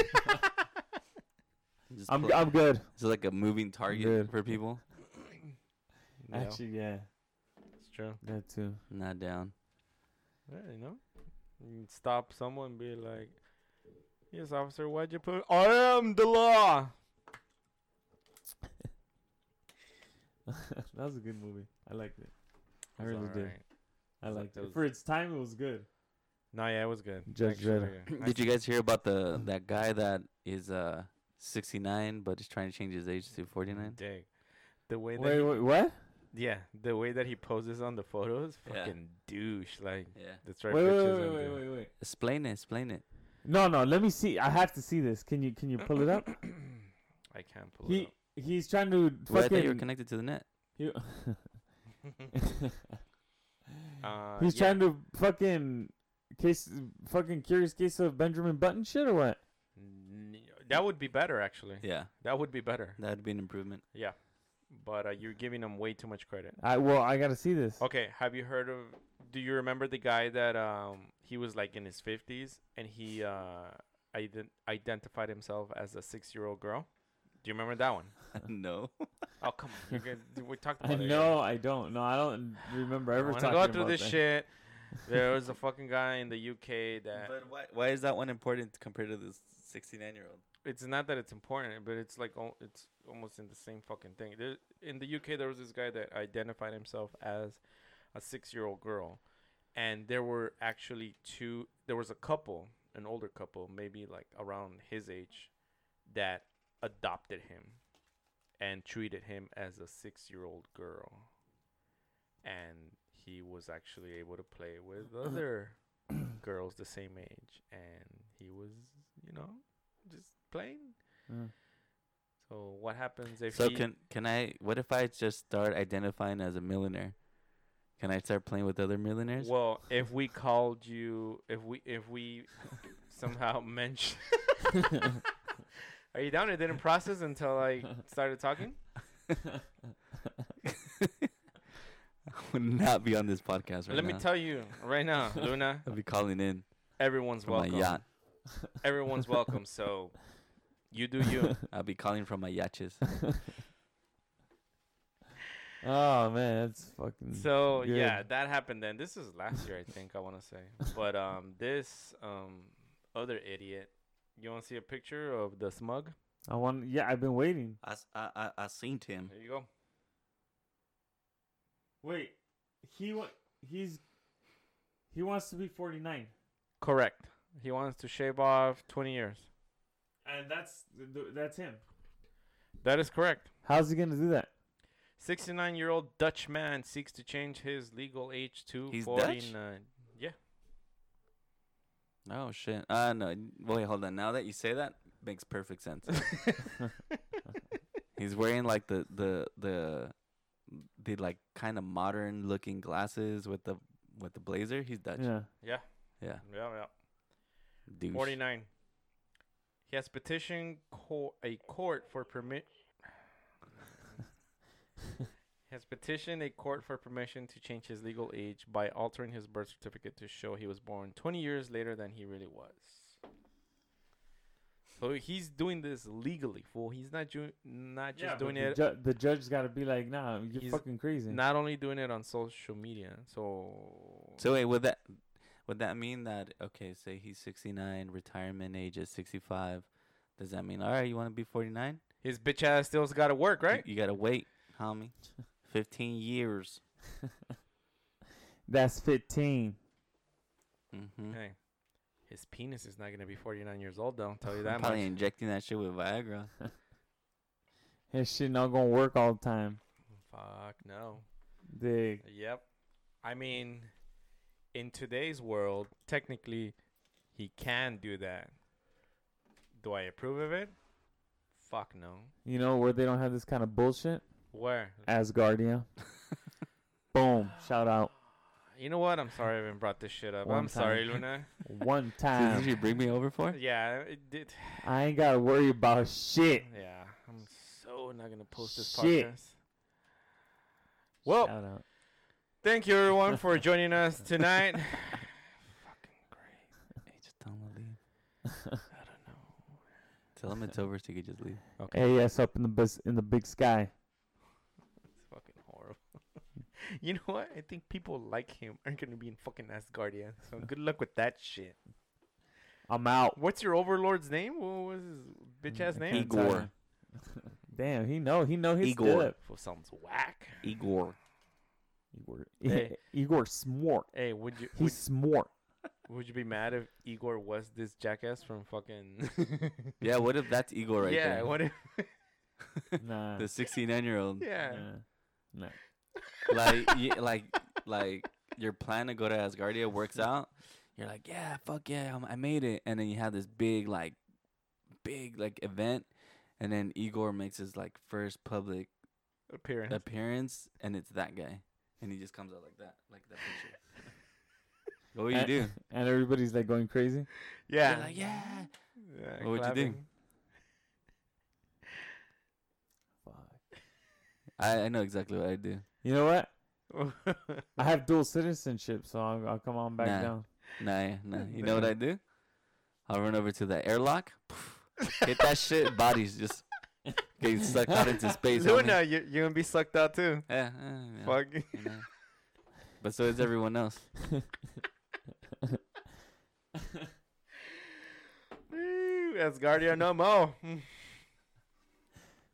Just I'm pl- I'm good. it's like a moving target good. for people. No, Actually, yeah, it's true. that too. Not down. Yeah, you know, you can stop someone and be like, "Yes, officer, why'd you put? I am the law." that was a good movie. I liked it. I It's really did. alright. I It's like liked it. those- For its time, it was good. No, yeah, it was good. Judge Actually, Dredd. yeah. Did you guys hear about the that guy that is uh 69 but is trying to change his age to 49? Dig. The way that Wait, he- wait, what? yeah, the way that he poses on the photos, Yeah. fucking douche. Like Yeah. that's Wait, right. wait, pictures wait, and wait, wait, the- wait, wait. Explain it. Explain it. No, no. Let me see. I have to see this. Can you can you pull it up? I can't pull He he's trying to Well, I thought you were fucking. connected to the net. he- it up. uh, he's yeah. Uh, trying to fucking Case, fucking curious case of Benjamin Button shit or what? N- That would be better, actually. Yeah, That would be better. that'd be an improvement. Yeah, but uh, you're giving him way too much credit. I well, I gotta see this. Okay, have you heard of? Do you remember the guy that um he was like in his fifties and he uh ident- identified himself as a six-year-old girl? Do you remember that one? no. Oh come on, you're gonna, dude, we talked about I it. know I don't. No, I don't remember I ever want talking to go through about this that. shit. There was a fucking guy in the UK that But why, why is that one important compared to this 69 year old? it's not that it's important, but it's like al- it's almost in the same fucking thing. There, in the UK, there was this guy that identified himself as a six-year-old girl, and there were actually two. There was a couple, an older couple, maybe like around his age, that adopted him and treated him as a six-year-old girl, and he was actually able to play with other girls the same age, and he was, you know, just playing. Mm. So what happens if so he? can can I? What if I just start identifying as a millionaire? Can I start playing with other millionaires? well, if we called you, if we if we somehow mentioned, are you down? It didn't process until I started talking. I would not be on this podcast right Let now. me tell you right now, Luna, I'd be calling in everyone's from my welcome. yacht. Everyone's welcome. So you do you. I'll be calling from my yachts. Oh man, that's fucking. So yeah, Good. that happened then. This is last year, I think. I want to say, but um, this um other idiot. You want to see a picture of the smug? I want. Yeah, I've been waiting. I, s- I, I, I seen him. There you go. Wait, he wa- he's he wants to be 49, Correct. He wants to shave off 20 years. and that's th- that's him. That is correct. How's he gonna do that? 69 year old Dutch man seeks to change his legal age to He's Dutch? 49. Yeah. Oh shit. Uh no. n- Wait, hold on. Now that you say that, makes perfect sense. He's wearing like the the the the like kind of modern looking glasses with the with the blazer. He's Dutch. Yeah. yeah. Yeah. Yeah. Yeah. Douche. 49. He has petitioned co- a court for permit. has petitioned a court for permission to change his legal age by altering his birth certificate to show he was born 20 years later than he really was. So he's doing this legally, fool. He's not ju- not just Yeah, but doing The, it. ju- the judge's got to be like, nah, you're He's fucking crazy. Not only doing it on social media. So. So wait, would that would that mean that okay, say he's 69, retirement age is 65. Does that mean all right, you want to be 49? his bitch ass still's got to work, right? You, got to wait, homie. 15 years. That's 15. Mm-hmm. Mhm. Hey, his penis is not gonna be 49 years old though. I'll tell you that Probably much. injecting that shit with Viagra. His shit not gonna work all the time. Fuck no. Dig. Yep. I mean, in today's world, technically, he can do that. Do I approve of it? Fuck no. You know where they don't have this kind of bullshit? Where? Asgardia. Boom. Shout out. You know what? I'm sorry I even brought this shit up. One I'm sorry, time. Luna. One Did time. you bring me over for? yeah, it did. I ain't gotta worry about shit. Yeah, I'm so not gonna post this Shit. podcast. Well, Shout out. thank you everyone for joining us tonight. Hey, just tell him to leave. Tell him it's over so you could just leave. AS up in the bus in the big sky. It's fucking horrible. you know what? I think people like him aren't gonna be in fucking Asgardia. So good luck with that shit. I'm out. What's your overlord's name? What was his bitch ass I name? can't tell Igor. you. Damn, he know he know his Igor. Igor. Fool sounds whack. Igor. Igor. Hey. Igor Smort. Hey, would you would, He's Smort. would you be mad if Igor was this jackass from fucking? Yeah, what if that's Igor right yeah. there? What if? Nah. The 69 year old. Yeah. nah, nah. Like, y- like, like your plan to go to Asgardia works out. You're like, yeah, fuck yeah, I'm, I made it. And then you have this big, like, big, like, event. And then Igor makes his, like, first public Appearance. appearance. And it's that guy. And he just comes out like that, like that picture. What would you and, do? And everybody's like going crazy. They're Yeah. like, yeah. Yeah, What would you do? clapping. I, I know exactly what I do. You know what? I have dual citizenship, so I'll, I'll come on back Nah. down. Nah, nah. You know what I do? I'll run over to the airlock. Hit that shit. Bodies just getting sucked out into space. homie. Luna, you you gonna be sucked out too? Yeah, uh, yeah, Fuck. you know. But so is everyone else. Ooh, Asgardia no mo.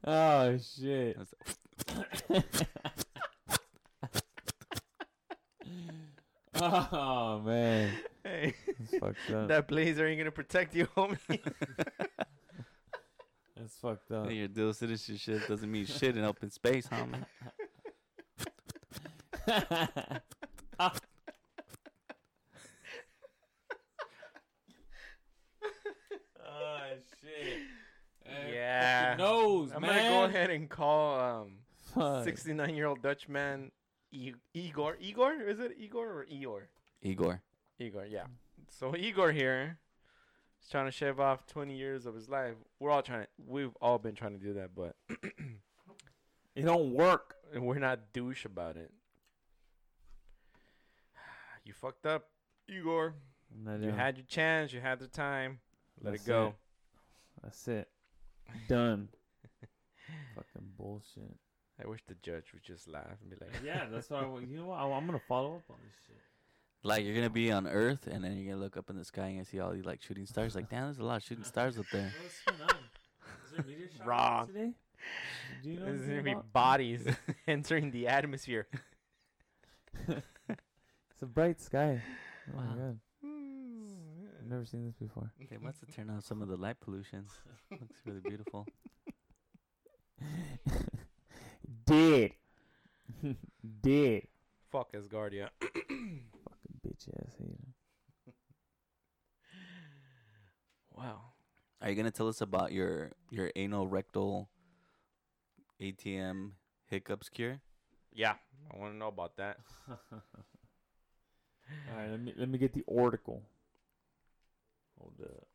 Oh shit! oh man, Hey, that's fucked Uh. up. that blazer ain't gonna protect you, homie. That's fucked up. Hey, Your dual citizenship doesn't mean shit in open space, homie. oh shit! Yeah. Nose, I'm man. gonna go ahead and call um Fuck. 69 year old Dutch man I- Igor. Igor is it Igor or Eeyore? Igor. Igor, yeah. So Igor here is trying to shave off 20 years of his life. We're all trying to. We've all been trying to do that, but It don't work. we're not douche about it. You fucked up, Igor. No, You no. had your chance. You had the time. Let That's it go. That's it. Done. Fucking bullshit. I wish the judge would just laugh and be like, Yeah, that's what I. wa- You know what? I, am gonna follow up on this shit. Like you're gonna be on Earth, and then you're gonna look up in the sky and you see all these like shooting stars. Like, damn, there's a lot of shooting stars up there. What's going on? Is there meteor shower Wrong. today? Do you know There's anything gonna be about- bodies entering the atmosphere. It's a bright sky. Oh my Wow. god, Hmm. I've never seen this before. They must have turned off some of the light pollution. Looks really beautiful. Did, did, Fuck Asgardia. fucking bitch ass hater. Wow. Are you gonna tell us about your your anal rectal ATM hiccups cure? Yeah, I want to know about that. All right, let me let me get the oracle. Hold up.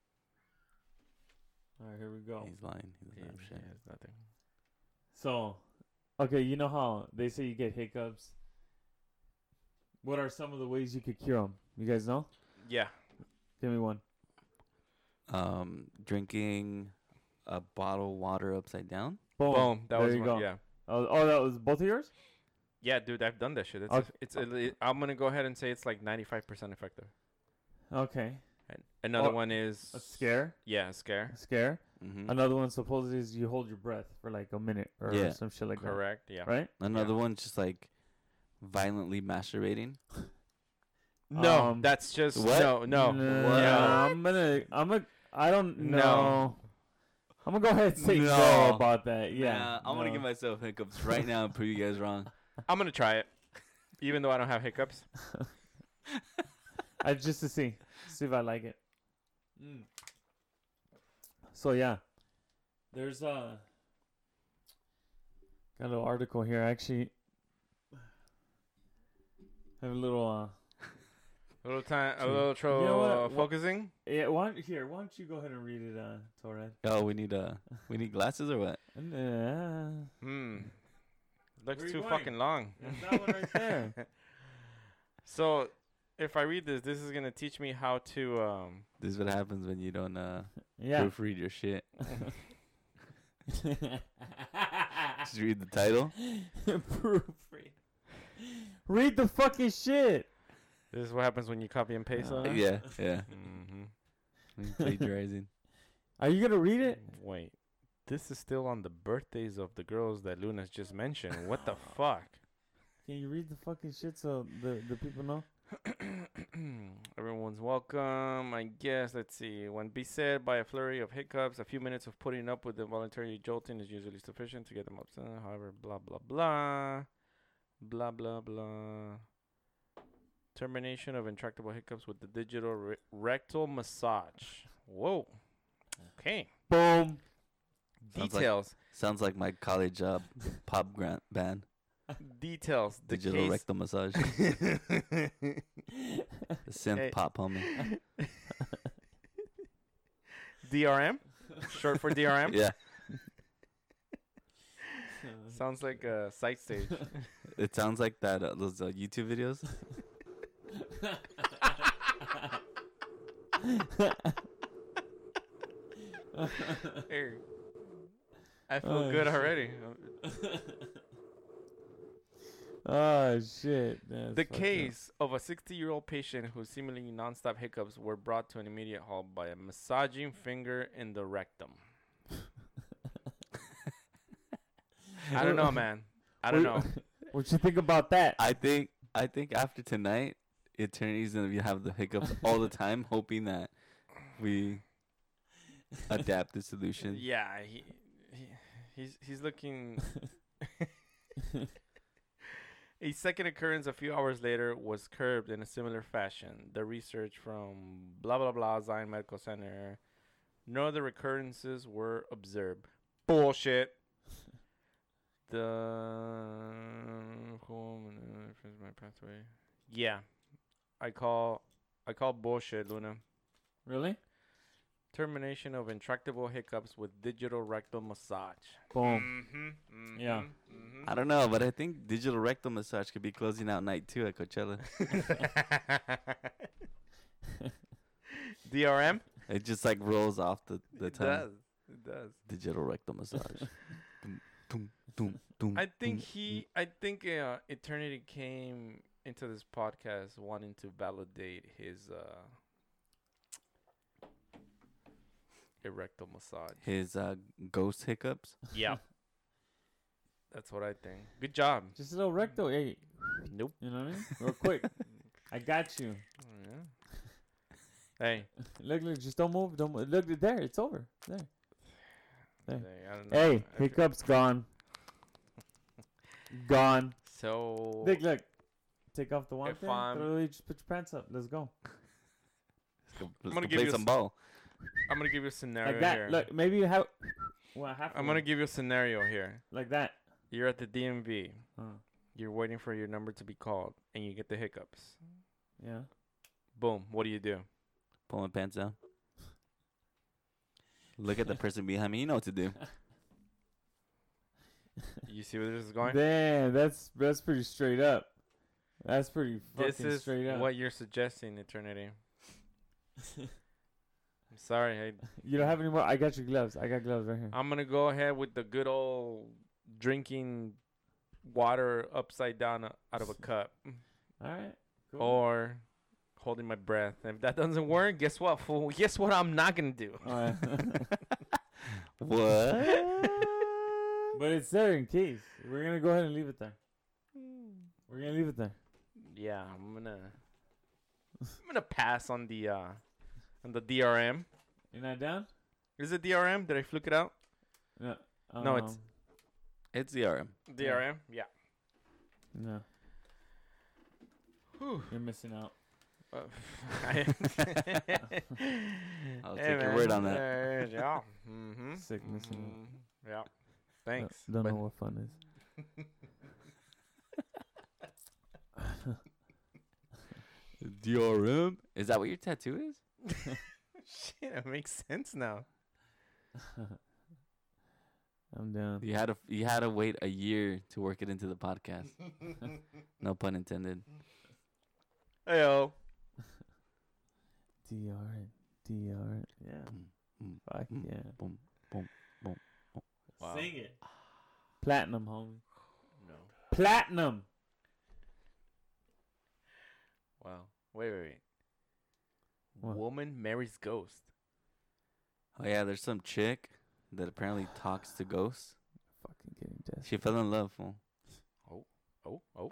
All right, here we go. He's lying. He doesn't have shit. nothing. So, okay, you know how they say you get hiccups. What are some of the ways you could cure them? You guys know? Yeah. Give me one. Um, drinking a bottle of water upside down. Boom. Boom. That Oh, there was you one. go. Yeah. Oh, oh, that was both of yours. Yeah, dude, I've done that shit. It's, Okay. it's it- I'm gonna go ahead and say it's like 95% effective. Okay. And another Oh, one is A scare. Yeah, a scare. A scare. Mm-hmm. Another one supposedly is you hold your breath for like a minute or Yeah. some shit like Correct. that. Yeah. Right? Another one's just like violently masturbating. No, Um, that's just What? no, no. What? Yeah. I'm gonna. I'm a. I don't No. know. I'm gonna go ahead and say no, No. about that. Yeah. Nah, I'm gonna no. give myself hiccups right now and prove you guys wrong. I'm gonna try it, even though I don't have hiccups. I just to see, see if I like it. So yeah, there's a got a little article here. I actually have a little. uh A little time, a True. little You tro- know what? uh, What- focusing. Yeah, why don't, here, why don't you go ahead and read it, uh, Torad? Oh, we need uh, we need glasses or what? Uh, Hmm. Where Looks you too going? fucking long. There's that one right there. so, if I read this, this is gonna teach me how to. Um, This is what happens when you don't uh yeah. proofread your shit. Just read the title. Uh-huh. Proofread. Read the fucking shit. this is what happens when you copy and paste. Uh, on Yeah, yeah. Mm-hmm. When you Plagiarizing. Are you gonna read it? Wait, this is still on the birthdays of the girls that Luna's just mentioned. What the fuck? Can you read the fucking shit so the the people know? Hmm, Everyone's welcome, I guess. Let's see. When beset by a flurry of hiccups, a few minutes of putting up with the voluntary jolting is usually sufficient to get them up. Uh, However, blah blah blah, blah blah blah. Termination of intractable hiccups with the digital re- rectal massage. Whoa. Okay. Sounds Boom. like- details. Sounds like my college uh, pop grant band. details. The Digital case rectal massage. The synth Hey. pop homie. DRM, short for DRM. Yeah, Sounds like a side stage. it sounds like that uh, those uh, YouTube videos. Hey, I feel Oh, good shit. already. oh shit! That's The fucked up. case of a 60-year-old patient whose seemingly nonstop hiccups were brought to an immediate halt by a massaging finger in the rectum. I don't know, man. I don't know. What- What you think about that? I think I think after tonight, eternity's gonna have the hiccups all the time, hoping that we adapt the solution. Yeah, he, he he's he's looking. a second occurrence a few hours later was curbed in a similar fashion. The research from blah blah blah Zion Medical Center. No other recurrences were observed. Bullshit. The my pathway. Yeah, I call I call bullshit, Luna. really? Termination of intractable hiccups with digital rectal massage. Boom. Mm-hmm, Oh. Yeah. I don't know, but I think digital rectal massage could be closing out night two at Coachella. mm-hmm. DRM? It just like rolls off the, the it tongue. does. It does. Digital rectal massage. Dum, dum, dum, dum, I think dum, he, I think uh, Eternity came into this podcast wanting to validate his uh, erectile massage. dum. his uh, ghost hiccups. Yeah. That's what I think. Good job. Just a little rectal. Hey, Nope. you know what I mean? Real quick. I got you. Oh, Yeah. Hey, Look, look, just don't move. Don't move. look there. It's over. There. Hey. hey, I don't know. Hey, I feel- hiccup's gone. Gone. So Look, look. Take off the one If thing. I'm- throw it, just put your pants up. Let's go. Let's go, let's gonna go give play you a some s- ball. I'm gonna give you a scenario like that. here. Look, maybe you have. Well, half I'm gonna give you a scenario here. like that. You're at the DMV. Uh, You're waiting for your number to be called, and you get the hiccups. yeah. Boom. What do you do? Pull my pants down. Look at the person behind me. You know what to do. You see where this is going? Damn, that's that's pretty straight up. That's pretty fucking This is straight up. what you're suggesting, Eternity. I'm sorry. You don't have any more. I got your gloves. I got gloves right here. I, I'm gonna go ahead with the good old drinking water upside down uh, out of a cup, All right. Cool. or holding my breath. And if that doesn't work, guess what, fool? Guess what? I'm not gonna do. All right. What? but it's there in case. We're gonna go ahead and leave it there. We're gonna leave it there. Yeah, I'm gonna I'm gonna pass on the uh on the DRM. You're not down? Is it DRM? Did I fluke it out? No. No, it's- um, It's DRM. DRM? Yeah. no. Whew. You're missing out. Uh, I- I'll Hey, take your word man. on that. Uh, yeah. Mm-hmm. Sick missing out. Yeah. Thanks. Don't, but know what fun is. DRM? Is that what your tattoo is? shit, it makes sense now. I'm down. You had to you had to wait a year to work it into the podcast. no pun intended. Heyo. DRN. DRN. Yeah. Boom, boom, Fuck boom. yeah. Boom. Wow. Sing it. Platinum, homie. No. Platinum. Wow. Wait, wait, wait. What? Woman marries ghost. Oh yeah, there's some chick that apparently talks to ghosts. Fucking getting desperate. She fell in love. fool. Oh, oh,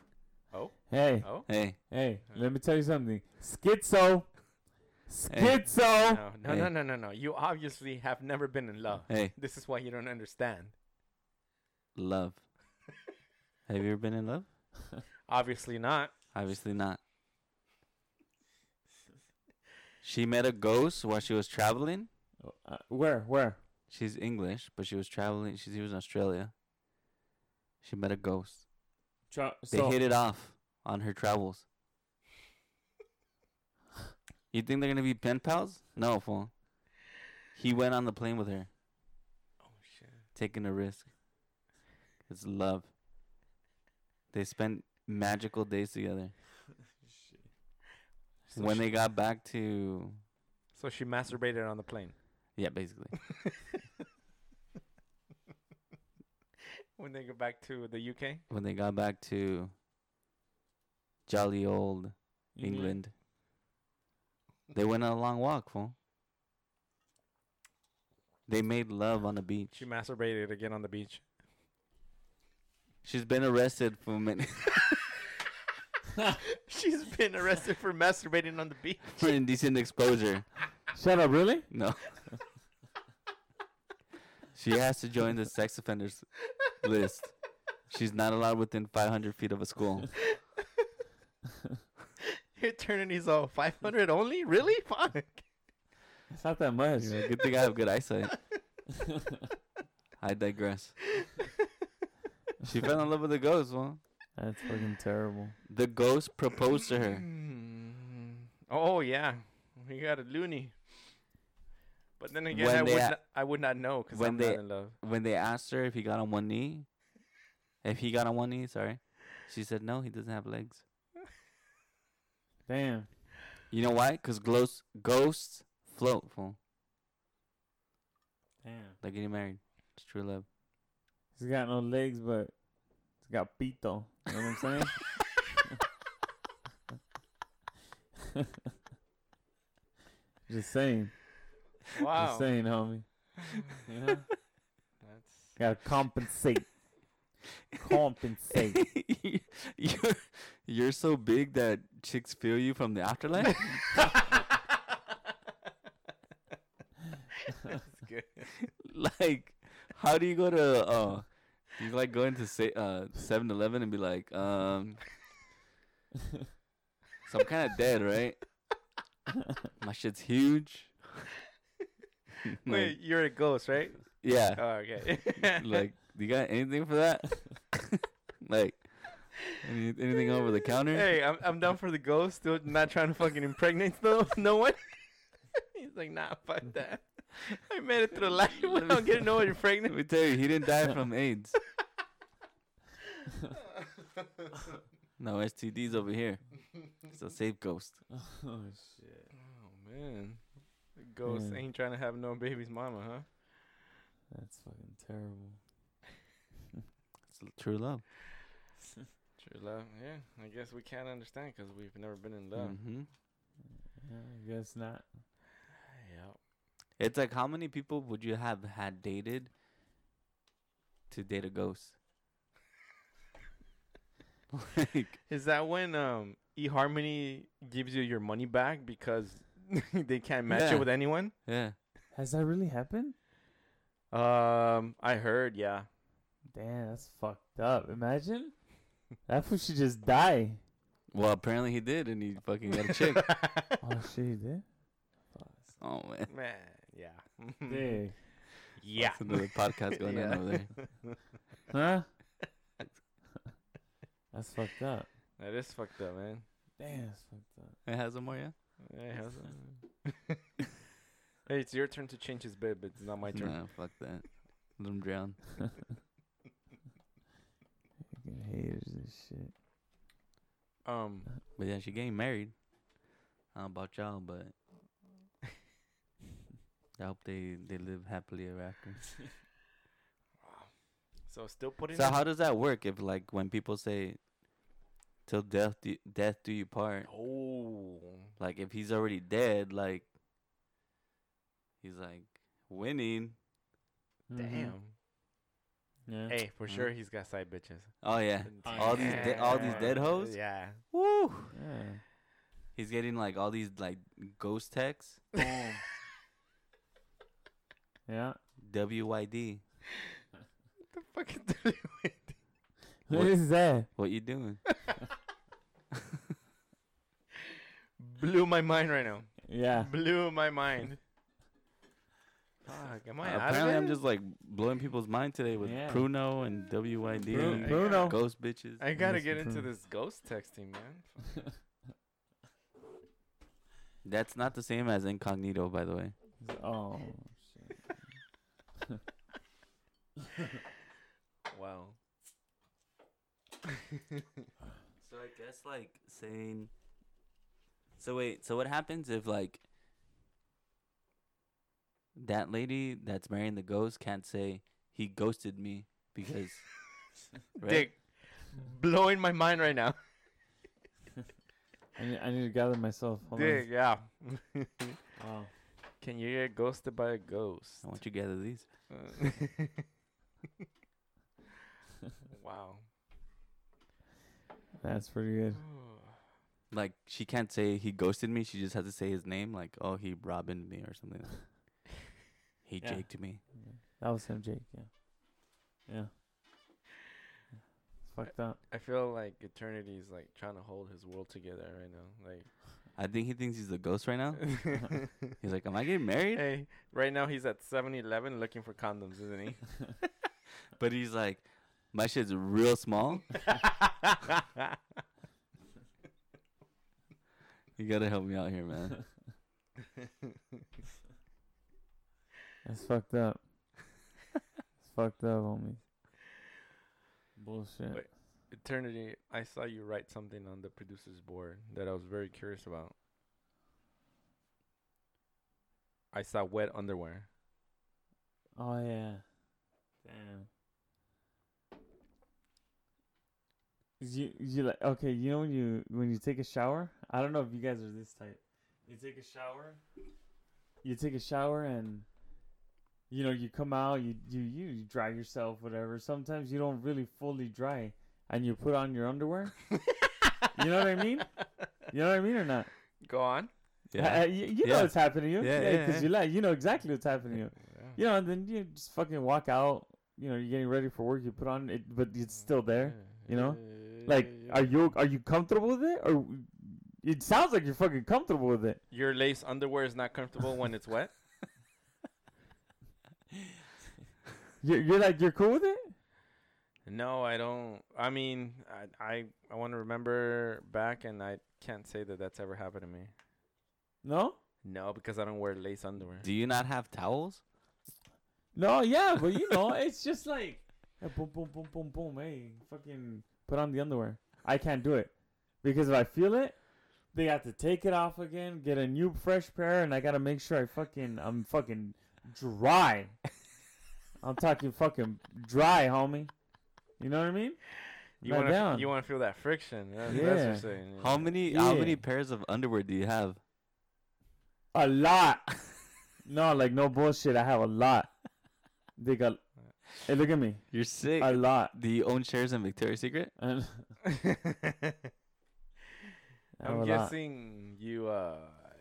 Hey, oh. Hey, hey. Uh. Let me tell you something. Schizo. Hey. Schizo. No, no, no, no, no, no. You obviously have never been in love. hey, This is why you don't understand. love. Have you ever been in love? Obviously not. Obviously not. She met a ghost while she was traveling. Uh, where? Where? She's English, but she was traveling. She, she was in Australia. She met a ghost. Tra- They so, hit it off on her travels. You think they're gonna be pen pals? No, fool. He went on the plane with her, Oh shit. taking a risk. It's love. They spent magical days together. Shit. So when she, they got back to, so she masturbated on the plane. yeah, basically. When they go back to the UK. when they got back to jolly old England, they went on a long walk, fool. They made love on the beach. She masturbated again on the beach. She's been arrested for min- She's been arrested for masturbating on the beach. for indecent exposure. Shut up, really? No. she has to join the sex offenders list. She's not allowed within 500 feet of a school. Your eternity's all 500 only? Really? Fuck. It's not that much. Yeah, good thing I have good eyesight. I digress. She fell in love with a ghost, well. That's fucking terrible. The ghost proposed to her. Mm. Oh yeah, we got a loony. But then again, When I they would a- not, I would not know because when I'm they- not in love. When they asked her if he got on one knee, if he got on one knee, sorry, she said no, he doesn't have legs. Damn. You know why? Because ghosts, ghosts float, fool. Damn. Like getting married. It's true love. He's got no legs, but he's got pito. You know what I'm saying? Just saying. Wow, Just saying, homie. You know? that's Gotta compensate. compensate. you're, you're so big that chicks feel you from the afterlife. that's good. like, how do you go to? Uh, you like go into say uh 7-Eleven and be like, um, so I'm kind of dead, right? My shit's huge. Like, Wait, you're a ghost, right? yeah. Oh, okay. like, you got anything for that? like, any, anything over the counter? Hey, I'm I'm down for the ghost. Still not trying to fucking impregnate though. No one. He's like, nah, fuck that. I made it through life without getting no one Let pregnant. me tell you, he didn't die from AIDS. No STDs over here. It's a safe ghost. oh shit. Oh man, the ghost Yeah. ain't trying to have no baby's mama, huh? That's fucking terrible. It's l- true love. True love. Yeah, I guess we can't understand because we've never been in love. Mm-hmm. Yeah, I guess not. It's like how many people would you have had dated to date a ghost? like, Is that when um eHarmony gives you your money back because they can't match Yeah. it with anyone? yeah, Has that really happened? Um, I heard. Yeah. Damn, that's fucked up. Imagine that fool should just die. Well, apparently he did, and he fucking got a chick. Oh shit, he did. oh man, Man, yeah. Dang. yeah. that's another podcast going on Yeah. over there. Huh? that's fucked up. That is fucked up, man. Damn, that's fucked up. It has some more, yeah. Hey, how's it? hey, it's your turn to change his bed, but it's not my turn. No, fuck that. Let him drown. Fucking haters and shit. Um, But yeah, she getting married. I don't know about y'all, but I hope they they live happily ever after. so still putting. So it- how does that work? If like when people say, "Till death do death do you part," Oh, like if he's already dead, like he's like winning. Mm-hmm. damn. Mm-hmm. Yeah. Hey, for Mhm. sure he's got side bitches. Oh yeah, All these de- all these dead Yeah. hoes? Yeah. woo! Yeah. He's getting like all these like ghost texts. Boom. yeah. WYD, Fucking What is that? what you doing? blew my mind right now. Yeah. Blew my mind. Fuck, am I out Apparently, of I'm it? just like blowing people's mind today with Yeah. Pruno and WYD, Bru- and Bruno. ghost bitches. I gotta Yes, get into approve. this ghost texting, man. That's not the same as incognito, by the way. Oh, shit. Wow. So I guess like saying. So wait. So what happens if like that lady that's marrying the ghost can't say he ghosted me because right? Dick, blowing my mind right now. I need, I need to gather myself. Hold on. Dick, yeah. Wow. Can you get ghosted by a ghost? I want you to gather these. Uh, wow. That's pretty good. Like she can't say he ghosted me. She just has to say his name. Like oh he robbed me or something. Like that. He Yeah. jaked me. That was him, Jake. Yeah. Yeah. It's fucked up. I feel like eternity is like trying to hold his world together right now. Like I think he thinks he's the ghost right now. He's like, am I getting married? Hey, right now he's at 7-Eleven looking for condoms, isn't he? But he's like, my shit's real small. You gotta help me out here, man. That's fucked up. it's fucked up, homie. Bullshit. Wait. eternity, I saw you write something on the producer's board that I was very curious about. I saw wet underwear. Oh yeah. Damn. You you like okay, you know when you when you take a shower? I don't know if you guys are this type. You take a shower. You take a shower and you know, you come out, you you you, you dry yourself whatever. Sometimes you don't really fully dry and you put on your underwear. you know what I mean? You know what I mean or not? Go on. Yeah. you you know Yeah. what's happening to you. Yeah, yeah, yeah. Because you like, you know exactly what's happening to you Yeah. you know, and then you just fucking walk out. You know, you're getting ready for work. You put on it, but it's still there. you know? Like, are you are you comfortable with it? Or it sounds like you're fucking comfortable with it. your lace underwear is not comfortable when it's wet? You're, you're like you're cool with it. No, I don't. I mean, I I, I want to remember back, and I can't say that that's ever happened to me. No, No, because I don't wear lace underwear. Do you not have towels? no, yeah, but you know, it's just like yeah, boom, boom, boom, boom, boom. Hey, fucking put on the underwear. I can't do it because if I feel it, they have to take it off again, get a new fresh pair, and I gotta make sure I fucking I'm fucking dry. I'm talking fucking dry, homie. You know what I mean? You Lie want to down. you want to feel that friction. That's, Yeah. that's what you're saying. How many how Yeah. many pairs of underwear do you have? a lot. no, like no bullshit. I have a lot. They got. Hey, look at me. You're sick. A lot. do you own shares in Victoria's Secret? And many? I have I'm a lot. guessing you uh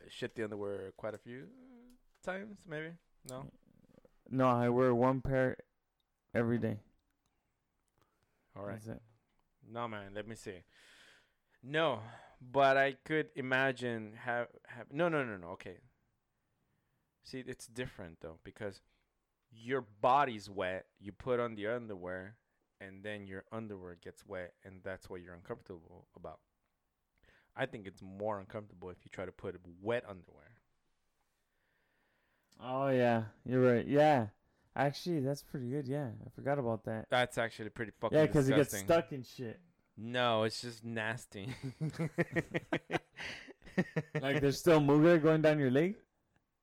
shit the underwear quite a few times, maybe. No, No, I wear one pair every day. all right. That's it. No, man. Let me see. No, but I could imagine have have. No, no, no, no. Okay. See, it's different though because your body's wet. You put on the underwear, and then your underwear gets wet, and that's what you're uncomfortable about. I think it's more uncomfortable if you try to put wet underwear. Oh yeah, you're right. Yeah, actually, that's pretty good. Yeah, I forgot about that. That's actually pretty fucking. Yeah, because because it gets stuck in shit. No, it's just nasty. Like there's still mugre going down your leg.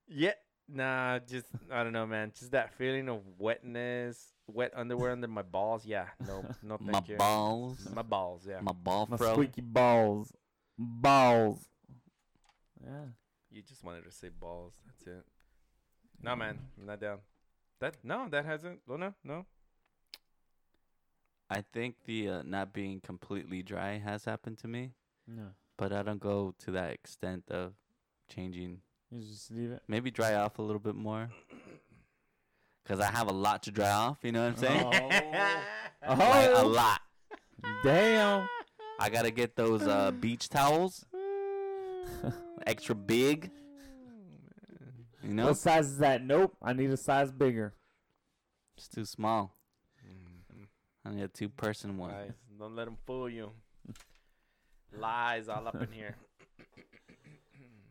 yeah, nah, just I don't know, man. Just that feeling of wetness, wet underwear under my balls. Yeah, no, no, thank my you. balls. my balls. Yeah, My ball My fro. squeaky balls, balls. Yeah. you just wanted to say balls. That's it. No, man, I'm not down. That no, that hasn't. Luna, no. I think the uh, not being completely dry has happened to me, No, but I don't go to that extent of changing. you just leave it. Maybe dry off a little bit more. Cause I have a lot to dry off, you know what I'm saying? Oh, Like, a lot. damn. I gotta get those uh, beach towels, extra big. You know, What size is that? Nope. I need a size bigger. it's too small. Mm, I need a two-person one. Guys, don't let them fool you. Lies all up in here.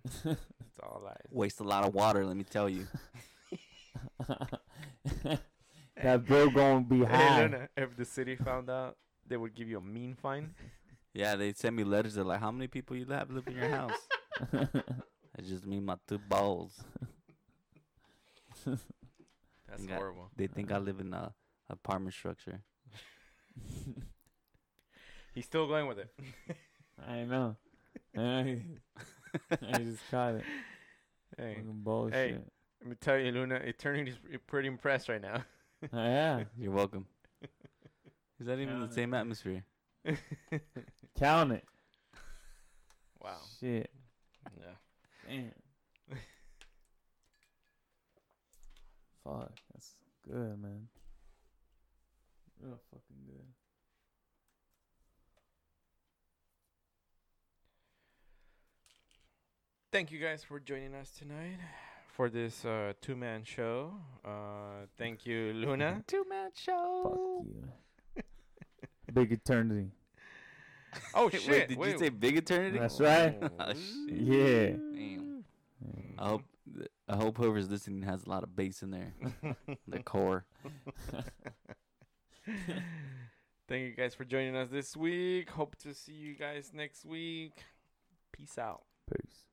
It's all lies. Waste a lot of water, let me tell you. that bill gonna be Hey, high. Luna, if the city found out, they would give you a mean fine. yeah, they send me letters. They're like, "How many people you have live in your house?" I just mean my two balls. That's Yeah. horrible. They think I live in a apartment structure. He's still going with it. I know. I, I just caught it. Hey, Fucking bullshit. let me tell you, Luna, Eternity's pre- pretty impressed right now. Oh, Yeah. You're welcome. Is that even Count the it. same atmosphere? Count it. wow. Shit. Yeah. Damn. Fuck. That's good, man. Real fucking good. Thank you guys for joining us tonight for this uh, two-man show. Uh, thank you, Luna. Two man Fuck show. you. Big eternity. oh Wait, shit! did wait. you say big eternity? That's right. Oh, shit. Yeah. Damn. Yeah. I Oh. hope th- I hope whoever's listening has a lot of bass in there, the core. Thank you guys for joining us this week. Hope to see you guys next week. Peace out. Peace.